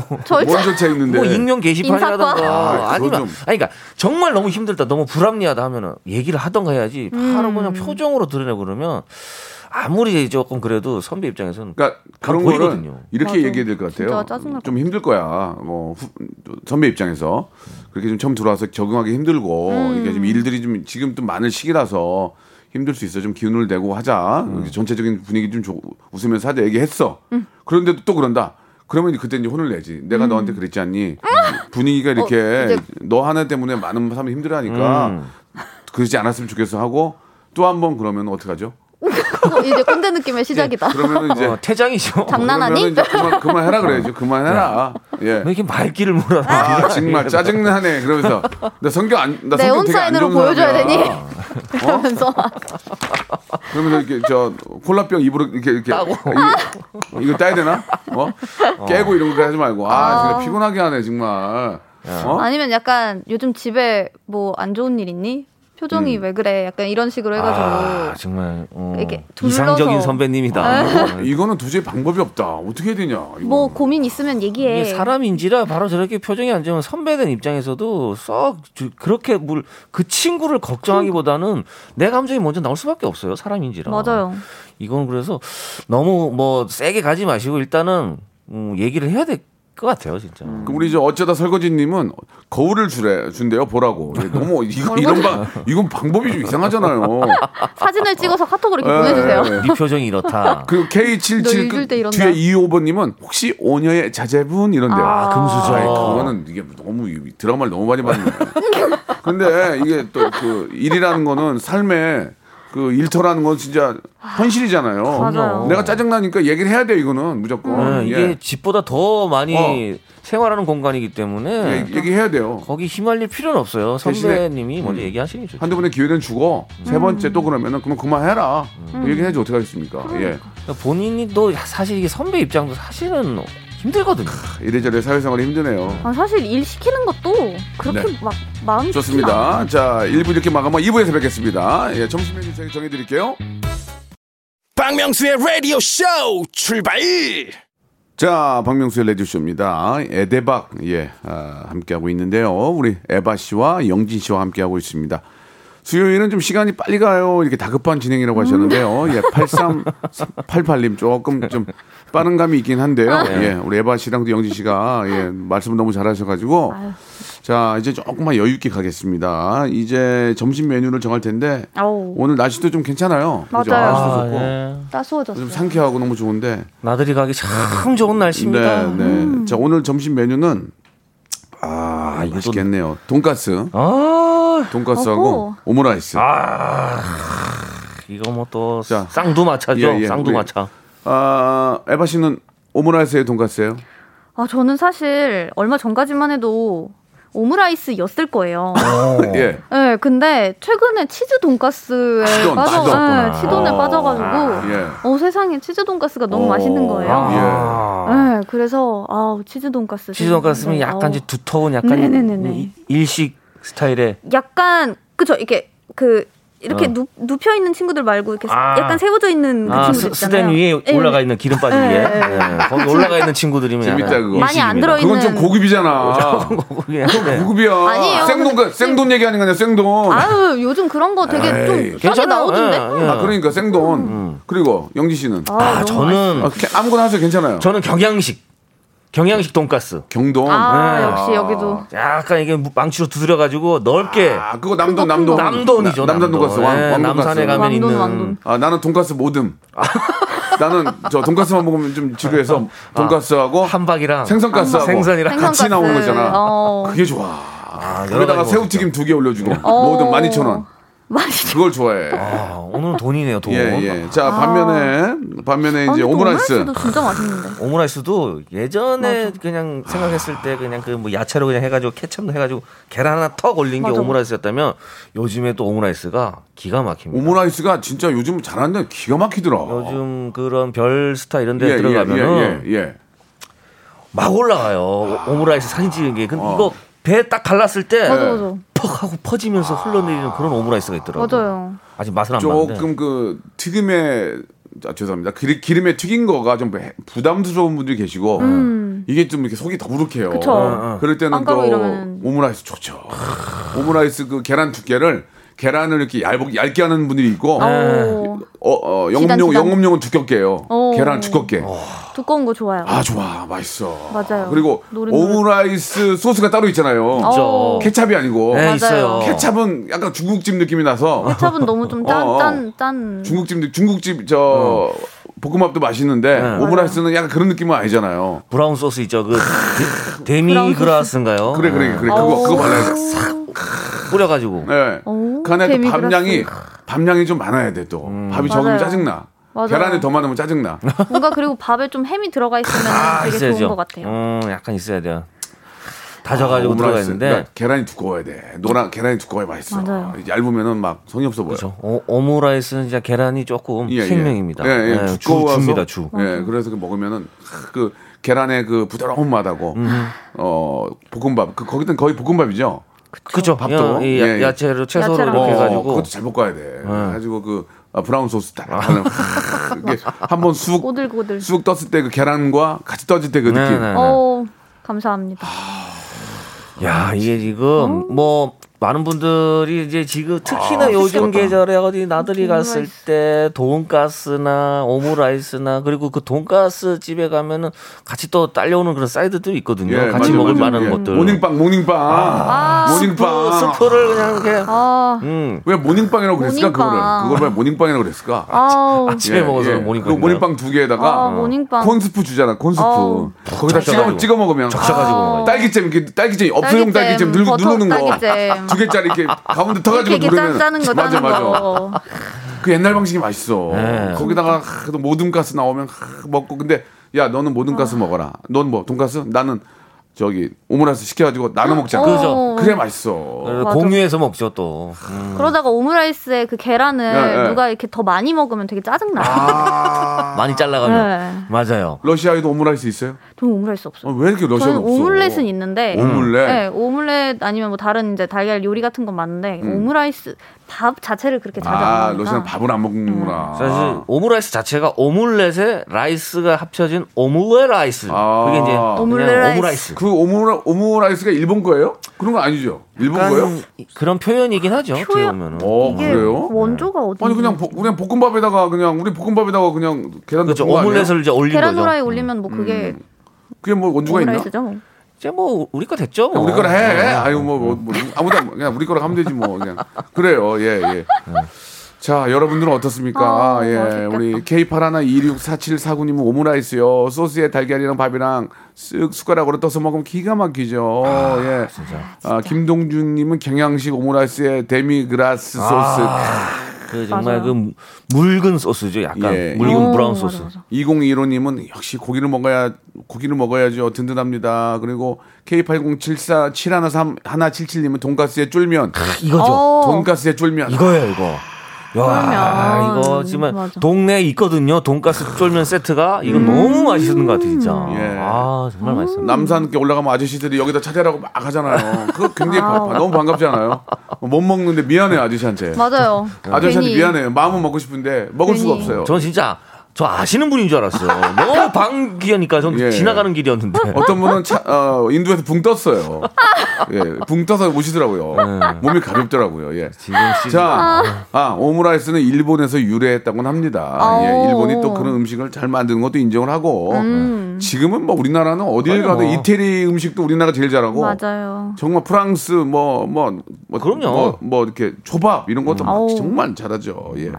Speaker 2: 뭐
Speaker 9: 절차.
Speaker 3: 뭔 절차 있는데?
Speaker 2: 뭐 익명
Speaker 3: 인사과?
Speaker 2: 게시판이라던가
Speaker 3: 아,
Speaker 2: 아, 니면
Speaker 3: 그거 좀.
Speaker 2: 아니 그러니까 정말 너무 힘들다 너무 불합리하다 하면은 얘기를 하던가 해야지
Speaker 9: 음.
Speaker 2: 바로 그냥 표정으로 드러내고 그러면 아무리 조금 그래도 선배 입장에서는
Speaker 3: 그러니까
Speaker 2: 바로
Speaker 3: 그런 거는
Speaker 2: 보이거든요.
Speaker 3: 이렇게
Speaker 9: 맞아.
Speaker 3: 얘기해야 될 것 같아요.
Speaker 9: 진짜 짜증날
Speaker 3: 좀 힘들 거야. 뭐 후- 선배 입장에서 그렇게 좀 처음 들어와서 적응하기 힘들고 이게
Speaker 9: 음.
Speaker 3: 좀 일들이 좀 지금 좀 많은 시기라서 힘들 수 있어. 좀 기운을 내고 하자.
Speaker 9: 음.
Speaker 3: 이렇게 전체적인 분위기 좀 조- 웃으면서 하자. 얘기했어. 그런데도 또 그런다. 그러면 그때 이제 혼을 내지. 내가 너한테 그랬지 않니? 음, 분위기가 이렇게
Speaker 9: 음. 어, 이제- 음.
Speaker 3: 너 하나 때문에 많은 사람이 힘들어하니까 그러지 않았으면 좋겠어 하고 또 한 번 그러면 어떡하죠?
Speaker 9: 어, 이제 꼰대 느낌의 시작이다.
Speaker 3: 예, 그러면 이제
Speaker 2: 어, 퇴장이죠.
Speaker 9: 장- 장난하니? 네.
Speaker 3: 그러면은 이제 그만, 그만해라 그래야죠. 그만해라. 예.
Speaker 2: 왜 이렇게 말귀를 몰아?
Speaker 3: 아, 정말 짜증나네. 그러면서 나 성격 안, 나
Speaker 9: 내
Speaker 3: 성격 되게 안
Speaker 9: 온사인으로
Speaker 3: 좋은
Speaker 9: 보여줘야 되니?
Speaker 3: 사람이야.
Speaker 9: 그러면서
Speaker 3: 어? 그러면서 이렇게 저 콜라병 입으로 이렇게 이렇게 아, 이거, 이거 따야 되나? 어? 깨고 이런 거 하지 말고 아, 진짜
Speaker 9: 아.
Speaker 3: 피곤하게 하네 정말. 어?
Speaker 9: 아니면 약간 요즘 집에 뭐 안 좋은 일 있니? 표정이
Speaker 3: 음.
Speaker 9: 왜 그래? 약간 이런 식으로 해가지고
Speaker 2: 아, 정말 어,
Speaker 9: 이렇게 둘러서- 아,
Speaker 2: 이상적인 선배님이다. 뭐
Speaker 3: 이거는 도저히 방법이 없다. 어떻게 해야 되냐? 이거는.
Speaker 9: 뭐 고민 있으면 얘기해.
Speaker 2: 이게 사람인지라 바로 저렇게 표정이 안 좋으면 선배된 입장에서도 썩 주- 그렇게 물 그 친구를 걱정하기보다는 내 감정이 먼저 나올 수밖에 없어요. 사람인지라.
Speaker 9: 맞아요.
Speaker 2: 이건 그래서 너무 뭐 세게 가지 마시고 일단은 음, 얘기를 해야 될 것 같아요, 진짜.
Speaker 3: 그 우리 이제 어쩌다 설거지님은 거울을 주래 준대요 보라고. 이게 너무 이거 이런 방 이건 방법이 좀 이상하잖아요.
Speaker 9: 사진을 찍어서 카톡으로 이렇게
Speaker 3: 예,
Speaker 9: 보내주세요.
Speaker 3: 예, 예.
Speaker 2: 네 표정이 이렇다.
Speaker 3: 그
Speaker 9: 너 읽을
Speaker 3: K77 그
Speaker 9: 때 이런다.
Speaker 3: 뒤에 2호번님은 혹시 오녀의 자제분 이런데요.
Speaker 9: 아,
Speaker 2: 금수저.
Speaker 3: 아이, 그거는 이게 너무 이 드라마를 너무 많이 봤는 거예요. 근데 이게 또 그 일이라는 거는 삶의 그 일터라는 건 진짜 현실이잖아요.
Speaker 9: 맞아요.
Speaker 3: 내가 짜증나니까 얘기를 해야 돼 이거는 무조건.
Speaker 2: 어,
Speaker 3: 예.
Speaker 2: 네, 이게 집보다 더 많이
Speaker 3: 어.
Speaker 2: 생활하는 공간이기 때문에
Speaker 3: 예, 얘기, 해야 돼요.
Speaker 2: 거기 휘말릴 필요는 없어요.
Speaker 3: 대신에- 음.
Speaker 2: 선배님이 먼저 얘기하시는 게 좋죠.
Speaker 3: 한두 번의 기회는 주고
Speaker 9: 음.
Speaker 3: 세 번째 또 그러면은 그럼 그만해라. 얘기해야지 어떻게 하겠습니까? 예.
Speaker 2: 그러니까 본인이 또 사실 이게 선배 입장도 사실은 힘들거든요.
Speaker 3: 이래저래 사회생활이 힘드네요.
Speaker 9: 아, 사실 일 시키는 것도 그렇게
Speaker 2: 네.
Speaker 9: 막 마음이
Speaker 3: 좋습니다. 자, 1부 이렇게 마감하고 2부에서 뵙겠습니다. 예, 점심 메뉴 저희 정해드릴게요.
Speaker 1: 박명수의 라디오 쇼 출발
Speaker 3: 자, 박명수의 레디쇼입니다. 에데박, 예, 아, 함께하고 있는데요. 우리 에바 씨와 영진 씨와 함께하고 있습니다. 수요일은 좀 시간이 빨리 가요. 이렇게 다급한 진행이라고 하셨는데요.
Speaker 9: 음.
Speaker 3: 예, 8388님 조금 좀 빠른 감이 있긴 한데요.
Speaker 9: 아, 네.
Speaker 3: 예, 우리 에바 씨랑도 영진 씨가 예, 말씀 너무 잘하셔가지고. 자, 이제 조금만 여유있게 가겠습니다. 이제 점심 메뉴를 정할 텐데.
Speaker 9: 아우
Speaker 3: 오늘 날씨도 좀 괜찮아요. 예. 그죠?
Speaker 9: 맞아요. 예.
Speaker 3: 날씨도 좋고.
Speaker 9: 따스워졌어요.
Speaker 3: 좀 상쾌하고 너무 좋은데.
Speaker 2: 나들이 가기 참 좋은
Speaker 3: 네,
Speaker 2: 날씨입니다. 음.
Speaker 3: 네.
Speaker 9: 음.
Speaker 3: 자, 오늘 점심 메뉴는 아, 이거 맛있겠네요. 돈가스.
Speaker 2: 아,
Speaker 3: 돈가스하고
Speaker 9: 어허.
Speaker 3: 오므라이스. 아,
Speaker 2: 이거 뭐 또
Speaker 3: 자.
Speaker 2: 쌍두마차죠.
Speaker 3: 예, 예.
Speaker 2: 쌍두마차.
Speaker 3: 아, 에바 씨는 오므라이스예요, 돈가스예요?
Speaker 9: 아 저는 사실 얼마 전까지만 해도 오므라이스였을 거예요.
Speaker 2: 아.
Speaker 3: 예.
Speaker 9: 네, 근데 최근에 치즈 돈가스에
Speaker 3: 치돈,
Speaker 9: 빠져,
Speaker 3: 치돈.
Speaker 9: 네, 치돈에
Speaker 2: 어.
Speaker 9: 빠져가지고
Speaker 3: 예.
Speaker 9: 어 세상에 치즈 돈가스가 너무 맛있는
Speaker 2: 아.
Speaker 9: 거예요.
Speaker 3: 예.
Speaker 9: 네, 그래서 아 치즈 돈가스.
Speaker 2: 치즈 돈가스면 약간 이제 두터운 약간
Speaker 9: 네네네네.
Speaker 2: 이- 일식 스타일의
Speaker 9: 약간 그죠 이렇게 그 이렇게
Speaker 2: 어.
Speaker 9: 누, 눕혀 있는 친구들 말고 이렇게
Speaker 2: 아.
Speaker 9: 약간 세워져 있는 그
Speaker 2: 아,
Speaker 9: 친구들
Speaker 2: 스,
Speaker 9: 있잖아요.
Speaker 2: 스탠 위에
Speaker 9: 예,
Speaker 2: 올라가
Speaker 9: 예.
Speaker 2: 있는 기름 빠진
Speaker 9: 예,
Speaker 2: 게
Speaker 9: 예,
Speaker 2: 예, 거기 올라가 있는 친구들이면
Speaker 3: 재밌다,
Speaker 2: 약간
Speaker 3: 그거.
Speaker 9: 많이 안
Speaker 2: 일식입니다.
Speaker 9: 들어
Speaker 3: 그건 좀
Speaker 9: 있는-
Speaker 3: 고급이잖아.
Speaker 2: 그냥, 네.
Speaker 3: 고급이야.
Speaker 9: 아니에요.
Speaker 3: 생돈가 그, 생돈 얘기하는 거냐, 생돈. 아,
Speaker 9: 아유 요즘 그런 거 되게 좀 싸게
Speaker 2: 괜찮아요.
Speaker 9: 나오던데.
Speaker 2: 예, 예.
Speaker 3: 그러니까 생돈. 그리고 영지 씨는
Speaker 9: 아,
Speaker 2: 아,
Speaker 9: 너무
Speaker 2: 저는
Speaker 3: 아, 그냥 아무거나 하세요, 괜찮아요.
Speaker 2: 저는 경양식 경양식 돈가스.
Speaker 3: 경돈.
Speaker 9: 아,
Speaker 2: 네.
Speaker 9: 역시 여기도
Speaker 2: 약간 이게 망치로 두드려 가지고 넓게
Speaker 3: 아, 그거 남돈 남돈.
Speaker 2: 남돈이죠.
Speaker 3: 남- 남돈 돈가스 왕,
Speaker 2: 예,
Speaker 3: 왕
Speaker 2: 남산에
Speaker 3: 돈가스.
Speaker 2: 가면
Speaker 9: 왕돈,
Speaker 2: 있는
Speaker 9: 왕돈.
Speaker 3: 아 나는 돈가스 모듬. 나는 저 돈가스만 먹으면 좀 지루해서 돈가스하고
Speaker 2: 함박이랑
Speaker 3: 생선가스하고
Speaker 2: 생선이랑
Speaker 9: 생선
Speaker 3: 같이 나오는 거잖아.
Speaker 9: 어.
Speaker 3: 그게 좋아.
Speaker 2: 여러
Speaker 3: 거기다가
Speaker 2: 가지
Speaker 3: 새우튀김 두 개 올려주고
Speaker 9: 어.
Speaker 3: 그 모듬 12,000원.
Speaker 9: 많이
Speaker 3: 그걸 좋아해.
Speaker 2: 아, 오늘은 돈이네요, 돈.
Speaker 3: 예, 예. 자, 반면에 반면에 이제
Speaker 9: 아, 근데
Speaker 3: 오므라이스.
Speaker 9: 오므라이스도 진짜 맛있는데.
Speaker 2: 오므라이스도 예전에 그냥 생각했을 때 그냥 그 뭐 야채로 그냥 해가지고 케첩도 해가지고 계란 하나 턱 올린 게
Speaker 9: 맞아.
Speaker 2: 오므라이스였다면 요즘에 또 오므라이스가 기가 막힙니다.
Speaker 3: 오므라이스가 진짜 요즘 잘하는데 기가 막히더라.
Speaker 2: 요즘 그런 별 스타 이런 데
Speaker 9: 네,
Speaker 3: 예,
Speaker 2: 들어가면 은
Speaker 3: 예, 예, 예.
Speaker 2: 막 올라가요. 오- 오므라이스 사진 찍은 게. 근데
Speaker 3: 어.
Speaker 2: 이거 배 딱 갈랐을 때
Speaker 9: 맞아, 맞아.
Speaker 2: 퍽 하고 퍼지면서 흘러내리는 그런 오므라이스가
Speaker 3: 어.
Speaker 2: 있더라고요.
Speaker 9: 맞아요.
Speaker 2: 아직 맛은 안 봤는데.
Speaker 3: 아. 조금 그 튀김에 아, 죄송합니다. 기름, 기름에 튀긴 거가 좀 해- 부담스러운 분들이 계시고 이게 좀 이렇게 속이 더부룩해요.
Speaker 9: 음. 그쵸. 어,
Speaker 2: 어.
Speaker 3: 그럴 때는
Speaker 9: 빵가루
Speaker 3: 또
Speaker 9: 이러면은.
Speaker 3: 오므라이스 좋죠. 오므라이스 그 계란 두께를 계란을 이렇게 얇게, 얇게 하는 분들이 있고
Speaker 2: 예.
Speaker 9: 아. 오,
Speaker 3: 어, 어,
Speaker 9: 지단,
Speaker 3: 영업용
Speaker 9: 지단.
Speaker 3: 영업용은 두껍게 해요.
Speaker 9: 오. 어.
Speaker 3: 계란 두껍게.
Speaker 9: 두꺼운 거 좋아요.
Speaker 3: 아 좋아 맛있어.
Speaker 9: 맞아요.
Speaker 3: 그리고
Speaker 9: 노릇노릇.
Speaker 3: 오므라이스 소스가 따로 있잖아요.
Speaker 9: 어.
Speaker 3: 케찹이 아니고
Speaker 2: 네,
Speaker 9: 맞아요.
Speaker 2: 있어요.
Speaker 3: 케찹은 약간 중국집 느낌이 나서
Speaker 9: 케첩은 너무 좀
Speaker 3: 어, 어.
Speaker 9: 짠, 짠, 짠.
Speaker 3: 중국집 중국집 저 볶음밥도 맛있는데
Speaker 2: 어. 네.
Speaker 3: 오므라이스는 약간 그런 느낌은 아니잖아요.
Speaker 2: 브라운 소스 있죠. 그 데- 데미그라스인가요?
Speaker 3: 그래 그래 그래 그거
Speaker 9: 어.
Speaker 3: 그거 발라야 돼.
Speaker 2: 뿌려가지고.
Speaker 3: 예.
Speaker 9: 오,
Speaker 3: 그 안에 또
Speaker 9: 데미그라스.
Speaker 3: 밥량이 밥량이 좀 많아야 돼 또.
Speaker 2: 음.
Speaker 3: 밥이 적으면
Speaker 9: 맞아요.
Speaker 3: 짜증나.
Speaker 9: 맞아요.
Speaker 3: 계란이 더 많으면 짜증나.
Speaker 9: 뭔가 그리고 밥에 좀 햄이 들어가 있으면
Speaker 3: 아,
Speaker 9: 되게 좋은 것 같아요.
Speaker 2: 음, 약간 있어야 돼요. 다져가지고 들어가
Speaker 3: 오므라이스.
Speaker 2: 있는데.
Speaker 3: 그러니까 계란이 두꺼워야 돼. 노란 계란이 두꺼워야 맛있어.
Speaker 9: 맞아요.
Speaker 3: 얇으면은 막 성의 없어 보여.
Speaker 2: 그렇죠. 어, 오므라이스는 진짜 계란이 조금 생명입니다.
Speaker 3: 예, 예.
Speaker 2: 예, 주,
Speaker 3: 두꺼워서
Speaker 2: 주입니다, 주.
Speaker 9: 아,
Speaker 3: 예, 그래서 그 먹으면은 하, 그
Speaker 2: 음.
Speaker 3: 계란의 그 부드러운 맛하고 어 볶음밥 그 거기든 거의 볶음밥이죠.
Speaker 2: 그죠.
Speaker 3: 밥도.
Speaker 2: 야, 이
Speaker 3: 예, 예.
Speaker 2: 야, 채로 채소로
Speaker 9: 야채랑
Speaker 2: 이렇게
Speaker 9: 어,
Speaker 2: 해가지고 예.
Speaker 3: 그것도 잘 볶아야 돼. 가지고 그 아, 브라운 소스 딱 하는 이게 한번 쑥
Speaker 9: 꼬들꼬들.
Speaker 3: 쑥 떴을 때 그 계란과 같이 떠질 때 그
Speaker 2: 네,
Speaker 3: 느낌.
Speaker 2: 네, 네.
Speaker 9: 어 감사합니다.
Speaker 2: 야 이게
Speaker 9: 어.
Speaker 2: 지금 뭐 많은 분들이 이제
Speaker 3: 아,
Speaker 2: 지금 특히나 요즘 계절에 어디 나들이 갔을 때 돈가스나 오므라이스나 그리고 그 돈가스 집에 가면은 같이 또 딸려오는 그런 사이드들이 있거든요.
Speaker 3: 예,
Speaker 2: 어, 같이
Speaker 3: 맞아요,
Speaker 2: 먹을
Speaker 3: 맞아요.
Speaker 2: 만한
Speaker 3: 예.
Speaker 2: 것들. 아.
Speaker 3: 모닝빵, 모닝빵. 아, 모닝빵.
Speaker 2: 그 스프를 그냥 이렇게
Speaker 9: 아
Speaker 2: 음.
Speaker 3: 왜 모닝빵이라고 그랬을까
Speaker 9: 모닝빵.
Speaker 3: 그거를? 그걸 왜 모닝빵이라고 그랬을까?
Speaker 9: 아우
Speaker 2: 아침에 먹어서 모닝빵.
Speaker 3: 그 모닝빵 두 개에다가
Speaker 9: 아, 모닝빵.
Speaker 3: 콘스프 주잖아. 콘스프.
Speaker 9: 어우.
Speaker 3: 거기다 찍어,
Speaker 2: 적셔가지고.
Speaker 3: 찍어 먹으면
Speaker 2: 적셔가지고 먹어요.
Speaker 3: 딸기잼 이렇게 딸기잼 업소용 딸기잼,
Speaker 9: 딸기잼,
Speaker 3: 누르,
Speaker 9: 버터
Speaker 3: 누르는 거.
Speaker 9: 딸기잼.
Speaker 3: 두 개짜리 이렇게 가운데
Speaker 9: 이렇게
Speaker 3: 터가지고
Speaker 9: 이렇게
Speaker 3: 누르면
Speaker 9: 짠 짜는 거
Speaker 3: 맞아
Speaker 9: 짜는
Speaker 3: 맞아.
Speaker 9: 거.
Speaker 3: 그 옛날 방식이 맛있어.
Speaker 2: 네.
Speaker 3: 거기다가 하, 또 모둠가스 나오면 하, 먹고 근데 야 너는
Speaker 9: 아.
Speaker 3: 모둠가스 먹어라. 넌 뭐 돈가스? 나는 저기 오므라이스 시켜가지고 나눠 먹잖아.
Speaker 2: 그죠.
Speaker 3: 그래 맛있어.
Speaker 2: 그래서
Speaker 9: 맞아.
Speaker 2: 공유해서 먹죠 또. 음.
Speaker 9: 그러다가 오므라이스에 그 계란을
Speaker 3: 예, 예.
Speaker 9: 누가 이렇게 더 많이 먹으면 되게 짜증나.
Speaker 3: 아,
Speaker 2: 많이
Speaker 9: 네.
Speaker 2: 잘라가면 맞아요.
Speaker 3: 러시아에도 오므라이스 있어요?
Speaker 9: 저는 오므라이스 없어요.
Speaker 3: 아, 왜 이렇게 러시아는
Speaker 9: 저는
Speaker 3: 없어?
Speaker 9: 오믈렛은 있는데
Speaker 3: 오믈렛?
Speaker 9: 네, 오믈렛 아니면 뭐 다른 이제 달걀 요리 같은 건 많은데 오므라이스 밥 자체를 그렇게 자주
Speaker 3: 음. 아,
Speaker 9: 안
Speaker 3: 러시아는
Speaker 9: 먹으니까
Speaker 3: 밥을 안
Speaker 9: 음.
Speaker 3: 먹는구나.
Speaker 2: 사실 아. 오므라이스 자체가 오믈렛에 라이스가 합쳐진 오믈렛 라이스.
Speaker 3: 아.
Speaker 2: 그게 이제
Speaker 9: 오믈렛
Speaker 2: 그냥
Speaker 9: 라이스.
Speaker 2: 오므라이스.
Speaker 3: 그 오므라, 오므라이스가 일본 거예요? 그런 건 아니죠? 일본 거예요?
Speaker 2: 음. 그런 표현이긴 하죠.
Speaker 9: 표현-
Speaker 2: 어떻게 보면은.
Speaker 3: 어,
Speaker 9: 이게
Speaker 3: 그래요? 네.
Speaker 9: 원조가 어디?
Speaker 3: 아니 그냥 볶- 그냥 볶음밥에다가 그냥 우리 볶음밥에다가 그냥 계란
Speaker 2: 그렇죠.
Speaker 3: 넣은 거 아니에요?
Speaker 2: 오믈렛을 이제 올린
Speaker 9: 계란
Speaker 2: 거죠.
Speaker 9: 후라이
Speaker 3: 음.
Speaker 9: 올리면 뭐 그게
Speaker 3: 그게 뭐 원주가 있나?
Speaker 9: 오므라이스죠. 뭐.
Speaker 2: 이제 뭐 우리 거 됐죠. 뭐.
Speaker 3: 우리 거라 해.
Speaker 2: 네.
Speaker 3: 아유 뭐, 뭐, 뭐 아무도 안- 그냥 우리 거라 하면 되지 뭐 그냥 그래요. 예 예.
Speaker 2: 음.
Speaker 3: 자 여러분들은 어떻습니까?
Speaker 9: 아,
Speaker 3: 예
Speaker 9: 맛있겠다.
Speaker 3: 우리 K 8 하나 264749님은 오므라이스요. 소스에 달걀이랑 밥이랑 쓱 숟가락으로 떠서 먹으면 기가 막히죠. 예. 아 김동준님은 경양식 오므라이스에 데미그라스 소스.
Speaker 2: 그 정말
Speaker 9: 맞아요.
Speaker 2: 그 무- 묽은 소스죠. 약간
Speaker 3: 예.
Speaker 2: 묽은
Speaker 9: 오, 어,
Speaker 2: 브라운
Speaker 9: 맞아,
Speaker 2: 소스.
Speaker 9: 맞아.
Speaker 3: 2015님은 역시 고기를 먹어야 고기를 먹어야죠 든든합니다. 그리고 K8074 713177님은 돈가스에 쫄면
Speaker 2: 이거죠.
Speaker 9: 어,
Speaker 3: 돈가스에 쫄면
Speaker 2: 이거예요, 이거. 야,
Speaker 9: 쫄면.
Speaker 2: 이거 지금
Speaker 9: 맞아.
Speaker 2: 동네에 있거든요. 돈가스 쫄면 세트가 이건 너무 맛있는 것 같아, 진짜.
Speaker 3: 예.
Speaker 2: 아, 정말 맛있어요.
Speaker 3: 남산께 올라가면 아저씨들이 여기다 찾아라고 막 하잖아요. 그거 굉장히 바-
Speaker 9: 아우.
Speaker 3: 너무 반갑잖아요. 못 먹는데 미안해 요 아저씨한테.
Speaker 9: 맞아요.
Speaker 3: 아저씨한테
Speaker 9: 괜히
Speaker 3: 미안해요. 마음은 먹고 싶은데 먹을 수가
Speaker 9: 괜히.
Speaker 3: 없어요.
Speaker 2: 전 진짜 저 아시는 분인 줄 알았어요. 너무 방귀하니까 전
Speaker 3: 예.
Speaker 2: 지나가는 길이었는데.
Speaker 3: 어떤 분은 차- 어, 인도에서 붕 떴어요. 예, 붕 떠서 오시더라고요. 몸이 가볍더라고요. 예.
Speaker 2: 네. 지금 시
Speaker 3: 자, 아, 오므라이스는 일본에서 유래했다고는 합니다.
Speaker 9: 아오.
Speaker 3: 예, 일본이 또 그런 음식을 잘 만드는 것도 인정을 하고
Speaker 9: 음.
Speaker 3: 지금은 뭐 우리나라는 어딜
Speaker 2: 맞아요.
Speaker 3: 가도 이태리 음식도 우리나라 가 제일 잘하고
Speaker 9: 맞아요.
Speaker 3: 정말 프랑스 뭐 뭐 뭐, 뭐,
Speaker 2: 그럼요.
Speaker 3: 뭐, 뭐 이렇게 초밥 이런 것도 막
Speaker 9: 음. 아오.
Speaker 3: 정말 잘하죠. 예.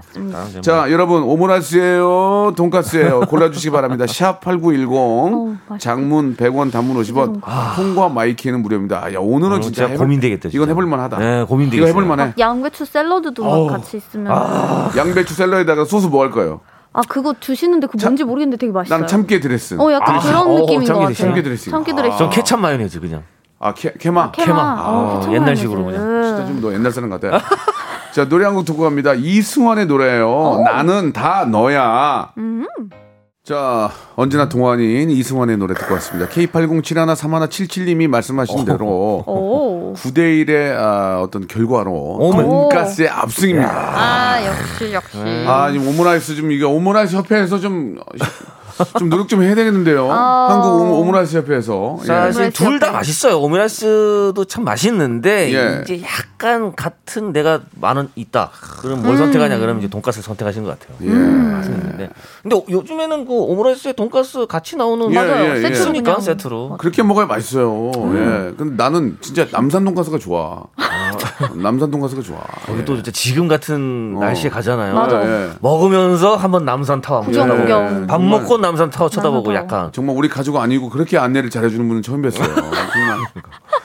Speaker 3: 자, 여러분 오므라이스예요, 돈까스예요. 골라 주시기 바랍니다.
Speaker 9: 어우,
Speaker 3: 샵8910
Speaker 9: 맛있겠다. 음.
Speaker 3: 장문 100원 단문 50원 아. 콩과 마이키는 무료입니다. 야, 오늘은
Speaker 2: 오늘
Speaker 3: 진짜,
Speaker 2: 진짜
Speaker 3: 해볼-
Speaker 2: 고민되겠다, 진짜.
Speaker 3: 이건 해볼 만하다.
Speaker 2: 네, 고민되겠어요.
Speaker 3: 이거 해볼 만해.
Speaker 9: 양배추 샐러드도 막 같이 있으면 아,
Speaker 3: 양배추 샐러드에다가 소스 뭐 할 거예요?
Speaker 9: 그거 주시는데 그 뭔지 모르겠는데 되게 맛있어요.
Speaker 3: 난 참깨 드레스.
Speaker 9: 어 약간
Speaker 2: 드레싱.
Speaker 9: 그런
Speaker 2: 어,
Speaker 9: 느낌인 것
Speaker 2: 참깨
Speaker 9: 같아요.
Speaker 2: 드레싱.
Speaker 3: 참깨 드레싱.
Speaker 9: 참깨 드레싱.
Speaker 2: 전 케찹 마요네즈 그냥.
Speaker 3: 아, 케, 케마.
Speaker 9: 케마.
Speaker 2: 케마.
Speaker 9: 어,
Speaker 2: 아,
Speaker 9: 케찹
Speaker 2: 옛날
Speaker 9: 마요네즈.
Speaker 2: 식으로 그냥.
Speaker 3: 진짜 좀 너 옛날 사람 같아. 자, 노래 한 곡 듣고 갑니다. 이승환의 노래예요.
Speaker 9: 어.
Speaker 3: 나는 다 너야.
Speaker 9: 음,
Speaker 3: 자, 언제나 동안인 이승환의 노래 듣고 왔습니다. K80713177님이 말씀하신
Speaker 2: 어.
Speaker 3: 대로
Speaker 9: 오.
Speaker 3: 9대 1의 아, 어떤 결과로
Speaker 2: 어머.
Speaker 3: 돈가스의 압승입니다.
Speaker 9: 아 역시 역시.
Speaker 3: 아, 지금 오므라이스 좀 이게 오므라이스 협회에서 좀 좀 노력 좀 해야 되겠는데요.
Speaker 9: 아.
Speaker 3: 한국 오므- 오므라이스 협회에서. 예.
Speaker 2: 사실
Speaker 9: 오므라이스
Speaker 2: 둘 다
Speaker 9: 옆에.
Speaker 2: 맛있어요. 오므라이스도 참 맛있는데
Speaker 3: 예.
Speaker 2: 이제 약간 같은 내가 만원 있다. 그럼 뭘 선택하냐? 그러면 이제 돈가스를 선택하신 것 같아요.
Speaker 3: 예.
Speaker 2: 근데, 근데 요즘에는 그 오므라이스에 돈가스 같이 나오는
Speaker 3: 예, 맞아요. 예, 예.
Speaker 2: 있으니까
Speaker 9: 그냥.
Speaker 2: 세트로.
Speaker 3: 그렇게 먹어야 맛있어요.
Speaker 9: 음.
Speaker 3: 예. 근데 나는 진짜 남산 돈가스가 좋아. 남산 돈가스가 좋아. 예.
Speaker 2: 거기 또 진짜 지금 같은
Speaker 3: 어.
Speaker 2: 날씨에 가잖아요.
Speaker 9: 맞아.
Speaker 3: 예.
Speaker 2: 먹으면서 한번 남산 타워 한번
Speaker 9: 아, 구경
Speaker 2: 쳐다보고
Speaker 9: 구경.
Speaker 2: 밥
Speaker 3: 정말.
Speaker 2: 먹고 남산 타워 쳐다보고
Speaker 9: 남산 타워.
Speaker 2: 약간
Speaker 3: 정말 우리 가족 아니고 그렇게 안내를 잘해주는 분은 처음 뵀어요. 정말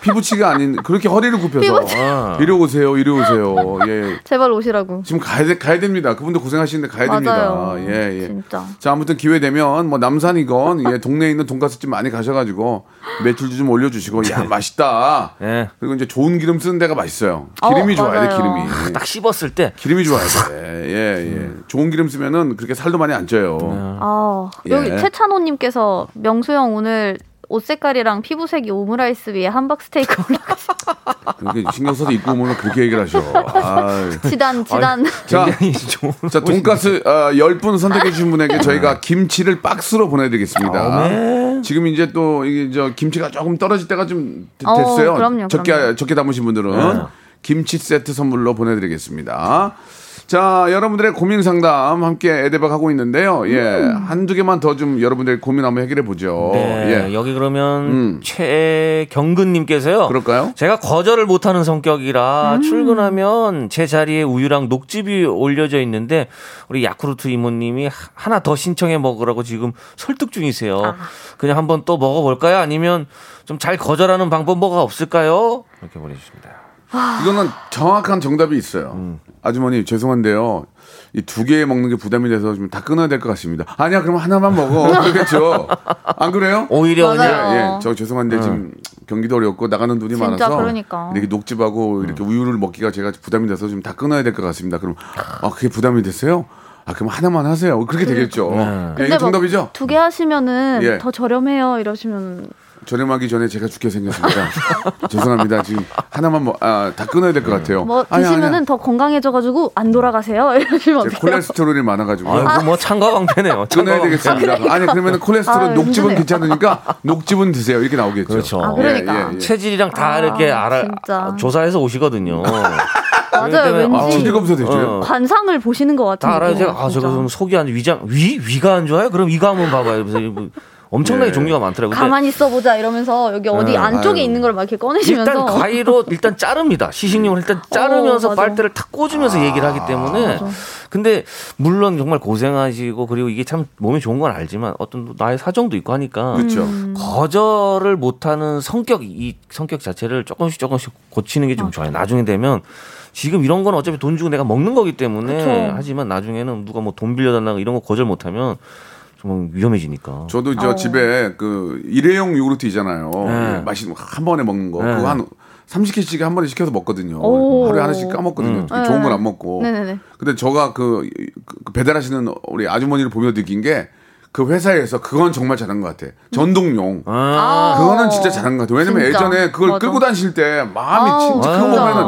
Speaker 3: 피부치가 아닌 그렇게 허리를 굽혀서
Speaker 9: 피부치.
Speaker 2: 아.
Speaker 3: 이리 오세요, 이리 오세요. 예.
Speaker 9: 제발 오시라고.
Speaker 3: 지금 가야 돼, 가야 됩니다. 그분도 고생하시는데 가야
Speaker 9: 맞아요.
Speaker 3: 됩니다. 예, 예.
Speaker 9: 진짜.
Speaker 3: 자, 아무튼 기회 되면 뭐 남산이건 예, 동네에 있는 돈가스집 많이 가셔가지고 매출도 좀 올려주시고 야 맛있다.
Speaker 2: 예.
Speaker 3: 그리고 이제 좋은 기름 쓰는 데가 맛있어요.
Speaker 9: 어,
Speaker 3: 기름이 좋아야 돼
Speaker 9: 맞아요.
Speaker 3: 기름이.
Speaker 2: 딱 씹었을 때
Speaker 3: 기름이 좋아야 돼. 예, 예. 좋은 기름 쓰면은 그렇게 살도 많이 안 쪄요.
Speaker 9: 아
Speaker 3: 예.
Speaker 9: 여기 최찬호님께서 명수형 오늘 옷 색깔이랑 피부색이 오므라이스 위에 함박 스테이크 올라가시
Speaker 3: 그렇게 신경 써서 입고 오면 그렇게 얘기를 하셔. 아유.
Speaker 9: 지단 지단
Speaker 3: 자,
Speaker 2: 굉장히 좋은
Speaker 3: 자 돈가스 어, 10분 선택해 주신 분에게 저희가 김치를 박스로 보내드리겠습니다. 지금 이제 또 이게 저 김치가 조금 떨어질 때가 좀 되-
Speaker 9: 어,
Speaker 3: 됐어요.
Speaker 9: 그럼요,
Speaker 3: 적게
Speaker 9: 그럼요.
Speaker 3: 적게 담으신 분들은 김치 세트 선물로 보내드리겠습니다. 자, 여러분들의 고민 상담 함께 애대박 하고 있는데요. 예,
Speaker 9: 음.
Speaker 3: 한두 개만 더 좀 여러분들의 고민 한번 해결해 보죠.
Speaker 2: 네,
Speaker 3: 예,
Speaker 2: 여기 그러면
Speaker 3: 음.
Speaker 2: 최경근님께서요.
Speaker 3: 그럴까요?
Speaker 2: 제가 거절을 못하는 성격이라
Speaker 9: 음.
Speaker 2: 출근하면 제 자리에 우유랑 녹즙이 올려져 있는데 우리 야쿠르트 이모님이 하- 하나 더 신청해 먹으라고 지금 설득 중이세요. 그냥 한번 또 먹어볼까요? 아니면 좀 잘 거절하는 방법 뭐가 없을까요? 이렇게 보내주십니다.
Speaker 3: 이거는 정확한 정답이 있어요. 아주머니 죄송한데요. 이 두 개 먹는 게 부담이 돼서 좀 다 끊어야 될 것 같습니다. 아니야, 그럼 하나만 먹어. 그렇겠죠. 안 그래요?
Speaker 2: 오히려
Speaker 9: 맞아요.
Speaker 2: 그냥
Speaker 3: 예, 저 죄송한데 지금 경기도 어렵고 나가는 돈이
Speaker 9: 어. 진짜
Speaker 3: 많아서
Speaker 9: 그러니까.
Speaker 3: 이렇게 녹즙하고 이렇게 우유를 먹기가 제가 부담이 돼서 지금 다 끊어야 될 것 같습니다. 그럼 아 그게 부담이 됐어요? 아 그럼 하나만 하세요. 그렇게
Speaker 9: 음.
Speaker 3: 되겠죠. 예,
Speaker 9: 뭐
Speaker 3: 이게 정답이죠.
Speaker 9: 두개 하시면은
Speaker 3: 예.
Speaker 9: 더 저렴해요 이러시면
Speaker 3: 저렴하기 전에 제가 죽게 생겼습니다. 죄송합니다. 지금 하나만 먹, 아, 다 끊어야 될 것 같아요.
Speaker 9: 뭐
Speaker 3: 아니야,
Speaker 9: 드시면은
Speaker 3: 아니야.
Speaker 9: 더 건강해져가지고 안 돌아가세요 이러시면
Speaker 3: 제가
Speaker 9: 어떡해요?
Speaker 3: 콜레스테롤이 많아가지고
Speaker 2: 아이고 뭐 창과방패네요.
Speaker 3: 끊어야
Speaker 2: 창과방패.
Speaker 3: 되겠습니다. 아, 니 그러면 콜레스테롤
Speaker 9: 아유, 예,
Speaker 3: 녹즙은
Speaker 9: 힘드네요.
Speaker 3: 괜찮으니까 녹즙은 드세요. 이렇게 나오겠죠.
Speaker 2: 그렇죠. 아,
Speaker 9: 그러니까.
Speaker 2: 체질이랑 다 이렇게 알아
Speaker 9: 진짜.
Speaker 2: 조사해서 오시거든요.
Speaker 9: 맞아요
Speaker 2: 때문에-
Speaker 3: 아,
Speaker 9: 왠지
Speaker 3: 체질 검사 되죠.
Speaker 2: 어.
Speaker 9: 관상을 보시는 것 같은데
Speaker 2: 다 알아요. 제가 아, 제가 그럼 속이 안 위장 위 위가 안 좋아요? 그럼 이거 한번 봐봐요. 그래서 이거 뭐 엄청나게
Speaker 3: 예.
Speaker 2: 종류가 많더라고요. 근데
Speaker 9: 가만히 있어보자 이러면서 여기 어디
Speaker 2: 네,
Speaker 9: 안쪽에
Speaker 3: 아유.
Speaker 9: 있는 걸 막 이렇게 꺼내시면서
Speaker 2: 일단 과일로 일단 자릅니다. 시식용을 일단
Speaker 9: 어,
Speaker 2: 자르면서
Speaker 9: 맞아.
Speaker 2: 빨대를 탁 꽂으면서 얘기를 하기 때문에. 근데 물론 정말 고생하시고 그리고 이게 참 몸에 좋은 건 알지만 어떤 나의 사정도 있고 하니까
Speaker 3: 그렇죠.
Speaker 9: 음.
Speaker 2: 거절을 못하는 성격 이 성격 자체를 조금씩 조금씩 고치는 게 좀 좋아요. 나중에 되면 지금 이런 건 어차피 돈 주고 내가 먹는 거기 때문에
Speaker 9: 그쵸.
Speaker 2: 하지만 나중에는 누가 뭐 돈 빌려달라고 이런 거 거절 못하면 좀 위험해지니까.
Speaker 3: 저도 저
Speaker 9: 어.
Speaker 3: 집에 그 일회용 요구르트 있잖아요.
Speaker 2: 네.
Speaker 3: 예, 맛있는 거 한 번에 먹는 거.
Speaker 2: 네.
Speaker 3: 그거 한 30개씩 한 번에 시켜서 먹거든요.
Speaker 9: 오.
Speaker 3: 하루에 하나씩 까먹거든요.
Speaker 9: 음.
Speaker 3: 좋은 건
Speaker 9: 네.
Speaker 3: 안 먹고.
Speaker 9: 네네네.
Speaker 3: 근데 저가 그, 그 배달하시는 우리 아주머니를 보며 느낀 게 그 회사에서 그건 정말 잘한 것 같아. 전동용.
Speaker 2: 어.
Speaker 9: 아.
Speaker 3: 그거는 진짜 잘한 것 같아요. 왜냐면
Speaker 9: 진짜.
Speaker 3: 예전에 그걸
Speaker 9: 맞아.
Speaker 3: 끌고 다니실 때 마음이
Speaker 9: 아,
Speaker 3: 진짜 그거
Speaker 2: 진짜.
Speaker 3: 보면은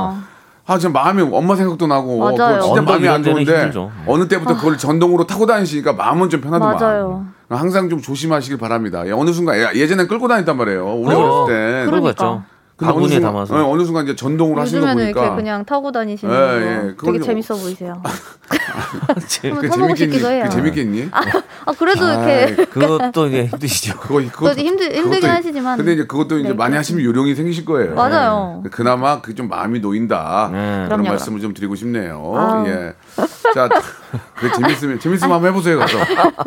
Speaker 3: 아, 진짜 마음이 엄마 생각도 나고
Speaker 9: 맞아요. 아.
Speaker 3: 그거 진짜
Speaker 2: 언덕
Speaker 3: 마음이
Speaker 2: 이런
Speaker 3: 안
Speaker 2: 데는
Speaker 3: 좋은데
Speaker 2: 힘들죠. 네.
Speaker 3: 어느 때부터 그걸 전동으로 타고 다니시니까 마음은 좀 편하더만.
Speaker 9: 맞아요.
Speaker 3: 항상 좀 조심하시길 바랍니다. 예, 어느 순간 예, 예전엔 끌고 다녔단 말이에요. 우리
Speaker 2: 그래요.
Speaker 3: 어렸을 때.
Speaker 9: 그러-
Speaker 2: 그런 거죠.
Speaker 9: 그러니까.
Speaker 3: 근데 어느
Speaker 2: 바구니에
Speaker 3: 순간,
Speaker 2: 담아서.
Speaker 3: 예, 어느 순간 이제 전동으로 하시는 거
Speaker 9: 그렇죠. 요즘에는 이렇게
Speaker 3: 보니까
Speaker 9: 그냥 타고 다니시는
Speaker 3: 예, 예.
Speaker 9: 거 되게
Speaker 3: 그건 아,
Speaker 9: 재밌어 보이세요.
Speaker 2: 제-
Speaker 9: 한번 타보고
Speaker 3: 재밌겠니?
Speaker 9: 싶기도 해요.
Speaker 3: 그게 재밌겠니?
Speaker 9: 아 그래도 이렇게
Speaker 2: 그것도 이제 힘드시죠.
Speaker 3: 그거 그거
Speaker 9: 힘들- 힘들긴 하시지만.
Speaker 3: 근데 이제 그것도 이제
Speaker 9: 네,
Speaker 3: 많이 하시면 요령이 생기실 거예요.
Speaker 9: 맞아요.
Speaker 3: 네. 그나마 그게 좀 마음이 놓인다.
Speaker 2: 네.
Speaker 3: 예, 그런
Speaker 9: 그럼요,
Speaker 3: 말씀을 좀 드리고 싶네요.
Speaker 9: 아우.
Speaker 3: 예. 자, 그 재밌으면 재밌으면 한번 해보세요. 가서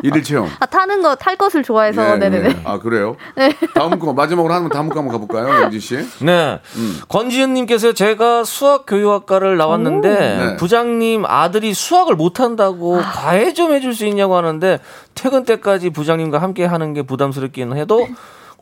Speaker 3: 일일 체험.
Speaker 9: 아, 타는 거 탈 것을 좋아해서
Speaker 3: 예,
Speaker 9: 네네네. 음.
Speaker 3: 예. 아 그래요? 다음 거 마지막으로 한번 다음 거 한번 가볼까요, 영지 씨?
Speaker 2: 네.
Speaker 3: 음.
Speaker 2: 권지은님께서 제가 수학 교육학과를 나왔는데
Speaker 3: 네.
Speaker 2: 부장님 아들이 수학을 못한다고 과외 좀 해줄 수 있냐고 하는데 퇴근 때까지 부장님과 함께 하는 게 부담스럽긴 해도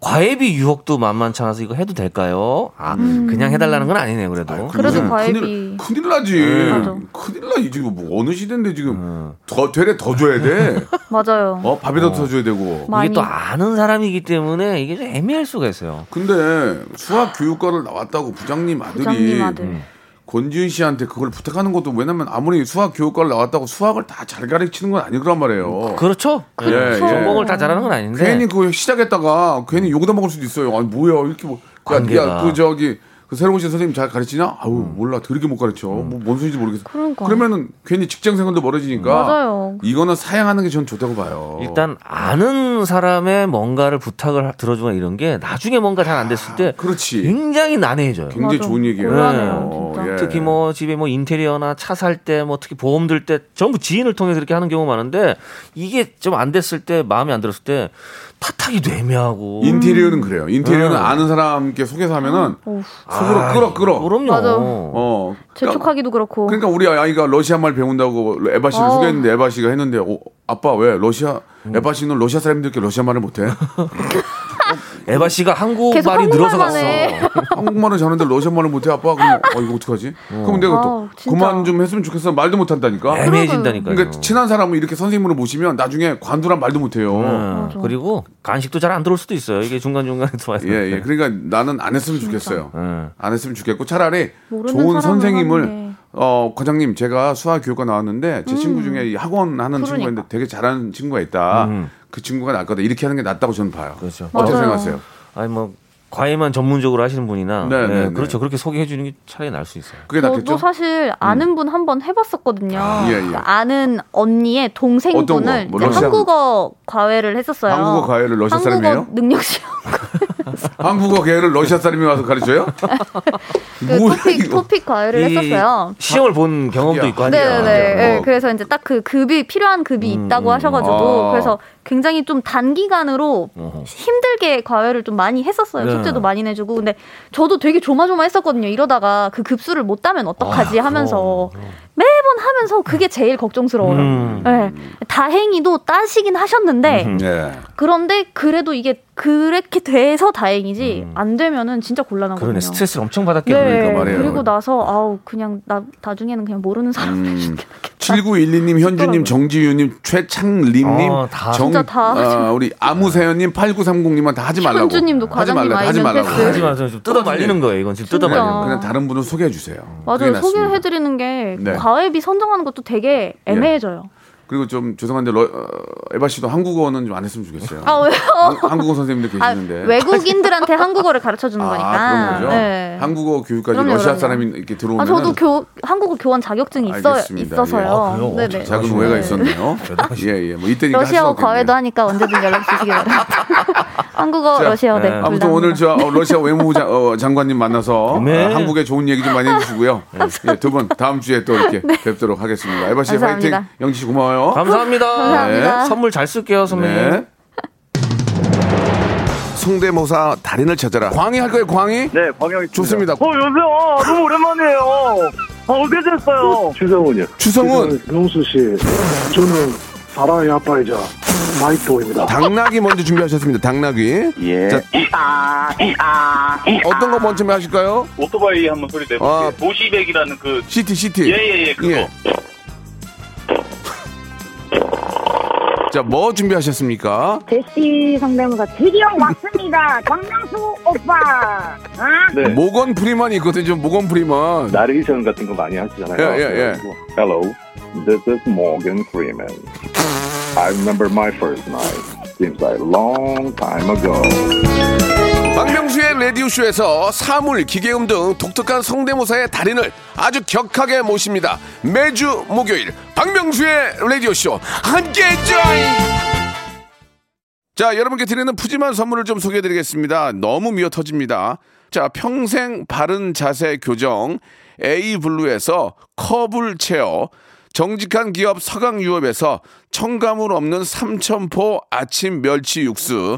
Speaker 2: 과외비 유혹도 만만치 않아서 이거 해도 될까요? 아, 그냥 해달라는 건 아니네요, 그래도.
Speaker 9: 그래도
Speaker 3: 무슨
Speaker 9: 과외비. 네,
Speaker 3: 큰일, 큰일 나지.
Speaker 9: 맞아.
Speaker 3: 큰일 나지. 지금 뭐 어느 시대인데 지금 더 되레 더 줘야 돼.
Speaker 9: 맞아요.
Speaker 3: 어 밥에 더 터줘야 되고.
Speaker 9: 많이.
Speaker 2: 이게 또 아는 사람이기 때문에 이게 좀 애매할 수가 있어요.
Speaker 3: 근데 수학 교육과를 나왔다고 부장님 아들이
Speaker 9: 부장님 아들.
Speaker 3: 음. 권지윤 씨한테 그걸 부탁하는 것도 왜냐면 아무리 수학 교육과를 나왔다고 수학을 다 잘 가르치는 건 아니란 말이에요.
Speaker 2: 그렇죠? 예,
Speaker 3: 그렇죠.
Speaker 2: 전공을 다 잘하는 건 아닌데.
Speaker 3: 괜히 그거 시작했다가 괜히 욕도 먹을 수도 있어요. 아니 뭐야 이렇게 뭐 야,
Speaker 2: 관계가. 음.
Speaker 3: 야, 그 저기 그 새로 오신 선생님 잘 가르치냐? 아우 몰라 더럽게 못 가르쳐. 뭐 뭔 소리인지 모르겠어.
Speaker 9: 그러니까.
Speaker 3: 그러면은 괜히 직장 생활도 멀어지니까
Speaker 9: 맞아요.
Speaker 3: 이거는 사양하는 게 전 좋다고 봐요.
Speaker 2: 일단 아는 사람의 뭔가를 부탁을 들어주거나 이런 게 나중에 뭔가 잘 안 됐을 때
Speaker 3: 그렇지.
Speaker 2: 굉장히 난해해져요.
Speaker 3: 굉장히
Speaker 9: 맞아.
Speaker 3: 좋은 얘기예요.
Speaker 2: 곤란해요,
Speaker 9: 진짜.
Speaker 3: 예.
Speaker 2: 특히 뭐 집에 뭐 인테리어나 차 살 때 뭐 특히 보험 들 때 전부 지인을 통해서 이렇게 하는 경우가 많은데 이게 좀 안 됐을 때 마음에 안 들었을 때 탓하기도 애매하고
Speaker 3: 인테리어는 그래요. 인테리어는
Speaker 2: 음. 아,
Speaker 3: 아는 사람께 소개서 하면은
Speaker 9: 어우,
Speaker 3: 속으로 끌어 끌어.
Speaker 2: 그럼요.
Speaker 9: 맞아.
Speaker 3: 어. 그러니까,
Speaker 9: 재촉하기도 그렇고.
Speaker 3: 그러니까 우리 아이가 러시아 말 배운다고 에바 씨를
Speaker 9: 어.
Speaker 3: 소개했는데 에바 씨가
Speaker 2: 음.
Speaker 3: 했는데 어, 아빠 왜 러시아 에바 씨는 러시아 사람들께 러시아 말을 못해?
Speaker 2: 에바 씨가 한국
Speaker 9: 계속
Speaker 2: 말이 늘어서
Speaker 9: 한국말만
Speaker 2: 갔어.
Speaker 9: 해.
Speaker 3: 한국말은 잘하는데 러시아말을 못해 아빠 그럼 어 이거 어떡하지? 그럼 내가 또
Speaker 9: 아우, 진짜. 네,
Speaker 3: 그만 좀 했으면 좋겠어 말도 못한다니까.
Speaker 2: 애매해진다니까요.
Speaker 3: 그러니까 친한 사람은 이렇게 선생님으로 모시면 나중에 관두란 말도 못해요.
Speaker 2: 음, 그리고 간식도 잘 안 들어올 수도 있어요. 이게 중간 중간에
Speaker 9: 네,
Speaker 2: 들어와서.
Speaker 3: 예예 그러니까 나는 안 했으면 좋겠어요.
Speaker 2: 음.
Speaker 3: 안 했으면 좋겠고 차라리
Speaker 9: 모르는
Speaker 3: 좋은
Speaker 9: 사람을
Speaker 3: 선생님을
Speaker 9: 하는데. 음.
Speaker 3: 어 과장님 제가 수학 교육과 나왔는데 제 친구 중에 이 학원 하는 친구가 있는데
Speaker 9: 그러니까.
Speaker 3: 되게 잘하는 친구가 있다.
Speaker 2: 음.
Speaker 3: 그 친구가 낫거다 이렇게 하는 게 낫다고 저는 봐요.
Speaker 2: 그렇죠.
Speaker 3: 어떻게
Speaker 9: 맞아요.
Speaker 3: 생각하세요?
Speaker 2: 아니 뭐 과외만 전문적으로 하시는 분이나
Speaker 3: 네,
Speaker 2: 예,
Speaker 3: 네, 네.
Speaker 2: 그렇죠. 그렇게 소개해 주는 게 차라리 날 수 있어요.
Speaker 3: 그게 낫겠죠? 음.
Speaker 9: 저도 사실 아는 분 한 번 해봤었거든요.
Speaker 3: 예, 예.
Speaker 9: 그러니까 아는 언니의
Speaker 3: 어떤 거?
Speaker 9: 동생분을
Speaker 3: 뭐
Speaker 9: 이제
Speaker 3: 러시아-
Speaker 9: 한국어 과외를 했었어요.
Speaker 3: 한국어 과외를 러시아
Speaker 9: 한국어
Speaker 3: 사람이에요?
Speaker 9: 능력 시험
Speaker 3: 한국어 계를 러시아 사람이 와서 가르쳐요?
Speaker 9: 그
Speaker 3: 뭐야,
Speaker 9: 토픽
Speaker 3: 이거. 예,
Speaker 9: 토픽 과외를
Speaker 2: 이
Speaker 9: 했었어요.
Speaker 2: 시험을 본 경험도
Speaker 3: 야.
Speaker 2: 있고 하니까.
Speaker 9: 네네네.
Speaker 3: 뭐.
Speaker 9: 예, 그래서 이제 딱 그 급이 필요한 급이 있다고 하셔가지고
Speaker 3: 아.
Speaker 9: 그래서 굉장히 좀 단기간으로
Speaker 2: 뭐,
Speaker 9: 힘들게 과외를 좀 많이 했었어요.
Speaker 2: 네.
Speaker 9: 숙제도 많이 내주고 근데 저도 되게 조마조마했었거든요. 이러다가 그 급수를 못 따면 어떡하지
Speaker 3: 아,
Speaker 9: 하면서 매번 하면서 그게 제일 걱정스러워요.
Speaker 2: 음.
Speaker 9: 예. 다행히도 따시긴 하셨는데
Speaker 3: 예.
Speaker 9: 그런데 그래도 이게 그렇게 돼서 다행이지 안 되면은 진짜 곤란하거든요.
Speaker 2: 그러네 스트레스를 엄청 받았겠네.
Speaker 9: 네,
Speaker 3: 음. 그러니까 말이에요.
Speaker 9: 그리고 나서 아우 그냥 나 나중에는 그냥 모르는 사람 음.
Speaker 3: 7912님, 현주님, 정지유님, 최창림님,
Speaker 2: 어, 다.
Speaker 3: 정,
Speaker 9: 아, 진짜 다.
Speaker 3: 아, 우리 아무세연님, 8930님만 다 하지 말라고.
Speaker 9: 현주님도
Speaker 3: 하지
Speaker 9: 과장님
Speaker 3: 말라, 하지
Speaker 9: 아이는
Speaker 3: 말라고. 네,
Speaker 9: 패스.
Speaker 2: 하지 마세요. 좀 뜯어 말리는 거예요. 이건 지금 뜯어
Speaker 9: 네. 진짜.
Speaker 2: 말리는 거.
Speaker 9: 마.
Speaker 3: 그냥 다른 분은 소개해 주세요.
Speaker 9: 맞아요
Speaker 3: 그게 낫습니다.
Speaker 9: 소개해드리는 게
Speaker 3: 네. 예.
Speaker 9: 과외비 선정하는 것도 되게 애매해져요.
Speaker 3: 그리고 좀 죄송한데 러, 어, 에바 씨도 한국어는 좀 안 했으면 좋겠어요.
Speaker 9: 아 왜요?
Speaker 3: 한- 한국어 선생님들
Speaker 9: 아,
Speaker 3: 계시는데.
Speaker 9: 외국인들한테 한국어를 가르쳐 주는
Speaker 3: 아,
Speaker 9: 거니까.
Speaker 3: 그런 거죠.
Speaker 9: 네.
Speaker 3: 한국어 교육까지
Speaker 9: 그럼요,
Speaker 3: 러시아
Speaker 9: 그럼요.
Speaker 3: 사람이 이렇게 들어오면
Speaker 9: 아 저도 교 한국어 교환 자격증이 있어
Speaker 3: 알겠습니다. 예.
Speaker 2: 아,
Speaker 9: 있어서요.
Speaker 2: 그래요?
Speaker 9: 네네.
Speaker 3: 작은
Speaker 2: 네.
Speaker 3: 오해가 있었네요. 예, 예. 뭐 이때니까 할 수는
Speaker 9: 러시아어
Speaker 3: 없겠네요.
Speaker 9: 과외도 하니까 언제든 연락 주시기 바랍니다. 한국어
Speaker 3: 자,
Speaker 9: 러시아어 네.
Speaker 2: 네.
Speaker 9: 둘
Speaker 3: 아무튼
Speaker 9: 다
Speaker 3: 오늘
Speaker 9: 합니다.
Speaker 3: 저 어, 러시아 외무부 장, 어, 장관님 만나서
Speaker 2: 네.
Speaker 3: 아, 한국에 좋은 얘기 좀 많이 해주시고요. 예, 두분 다음 주에 또 이렇게 뵙도록 하겠습니다. 에바 씨
Speaker 9: 네. 감사합니다.
Speaker 3: 화이팅. 영지 씨 고마워요.
Speaker 2: 감사합니다.
Speaker 9: 감사합니다.
Speaker 2: 네. 선물 잘 쓸게요, 선배님.
Speaker 3: 네. 성대모사 달인을 찾아라. 광희 할 거예요, 광희?
Speaker 6: 네, 광영이
Speaker 3: 좋습니다.
Speaker 4: 어, 여보세요. 아, 너무 오랜만이에요. 아, 오래됐어요.
Speaker 5: 추성훈이요.
Speaker 3: 추성훈,
Speaker 10: 명수 그, 씨, 저는 사랑의 아빠이자 마이토입니다.
Speaker 3: 당나귀 먼저 준비하셨습니다. 당나귀.
Speaker 5: 예.
Speaker 3: 자, 어떤 거 먼저 하실까요?
Speaker 6: 오토바이 한번 소리 내볼게요.
Speaker 3: 아.
Speaker 6: 도시백이라는 그
Speaker 3: 시티, 시티.
Speaker 6: 예예예 그거.
Speaker 3: 예. 자, 뭐 준비하셨습니까?
Speaker 7: 제시 성대모사 드디어 왔습니다. 박명수 오빠. 아?
Speaker 5: 네.
Speaker 3: 모건 프리먼이 있거든요. 모건 프리먼.
Speaker 6: 네.
Speaker 5: 나레이션 같은 거 많이 하시잖아요.
Speaker 3: 예, 예, 예.
Speaker 5: 그래가지고, Hello, this is Morgan Freeman. I remember my first night. Seems like a long time ago.
Speaker 3: 박명수의 라디오쇼에서 사물, 기계음 등 독특한 성대모사의 달인을 아주 격하게 모십니다. 매주 목요일 박명수의 라디오쇼 함께 join! 자, 여러분께 드리는 푸짐한 선물을 좀 소개해드리겠습니다. 너무 미어 터집니다. 자, 평생 바른 자세 교정 A블루에서 커블 체어 정직한 기업 서강유업에서 청가물 없는 삼천포 아침 멸치 육수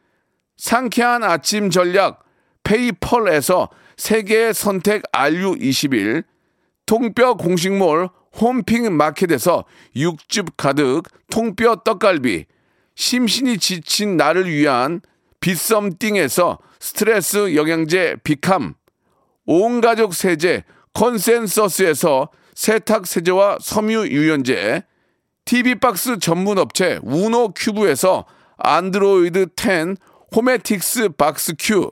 Speaker 3: 상쾌한 아침 전략 페이펄에서 세계 선택 RU21 통뼈 공식몰 홈핑 마켓에서 육즙 가득 통뼈 떡갈비 심신이 지친 나를 위한 비썸띵에서 스트레스 영양제 비캄 온 가족 세제 컨센서스에서 세탁 세제와 섬유 유연제 TV박스 전문 업체 우노 큐브에서 안드로이드 10 호메틱스 박스 큐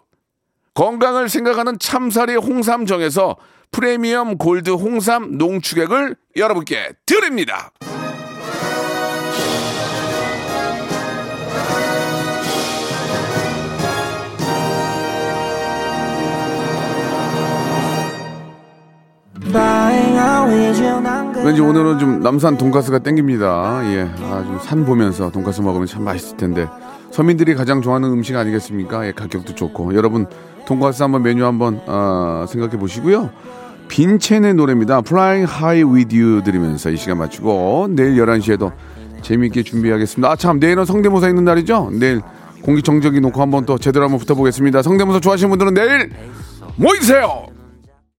Speaker 3: 건강을 생각하는 참사리 홍삼정에서 프리미엄 골드 홍삼 농축액을 여러분께 드립니다. 왠지 오늘은 좀 남산 돈가스가 땡깁니다. 예, 아주 산 보면서 돈가스 먹으면 참 맛있을 텐데 서민들이 가장 좋아하는 음식 아니겠습니까? 예, 가격도 좋고 여러분 돈가스 한번 메뉴 한번 아, 생각해 보시고요. 빈첸의 노래입니다. Flying High With You 들으면서 이 시간 마치고 내일 11시에도 재미있게 준비하겠습니다. 아, 참, 내일은 성대모사 있는 날이죠? 내일 공기청정기 놓고 한번 또 제대로 한번 붙어보겠습니다. 성대모사 좋아하시는 분들은 내일 모이세요!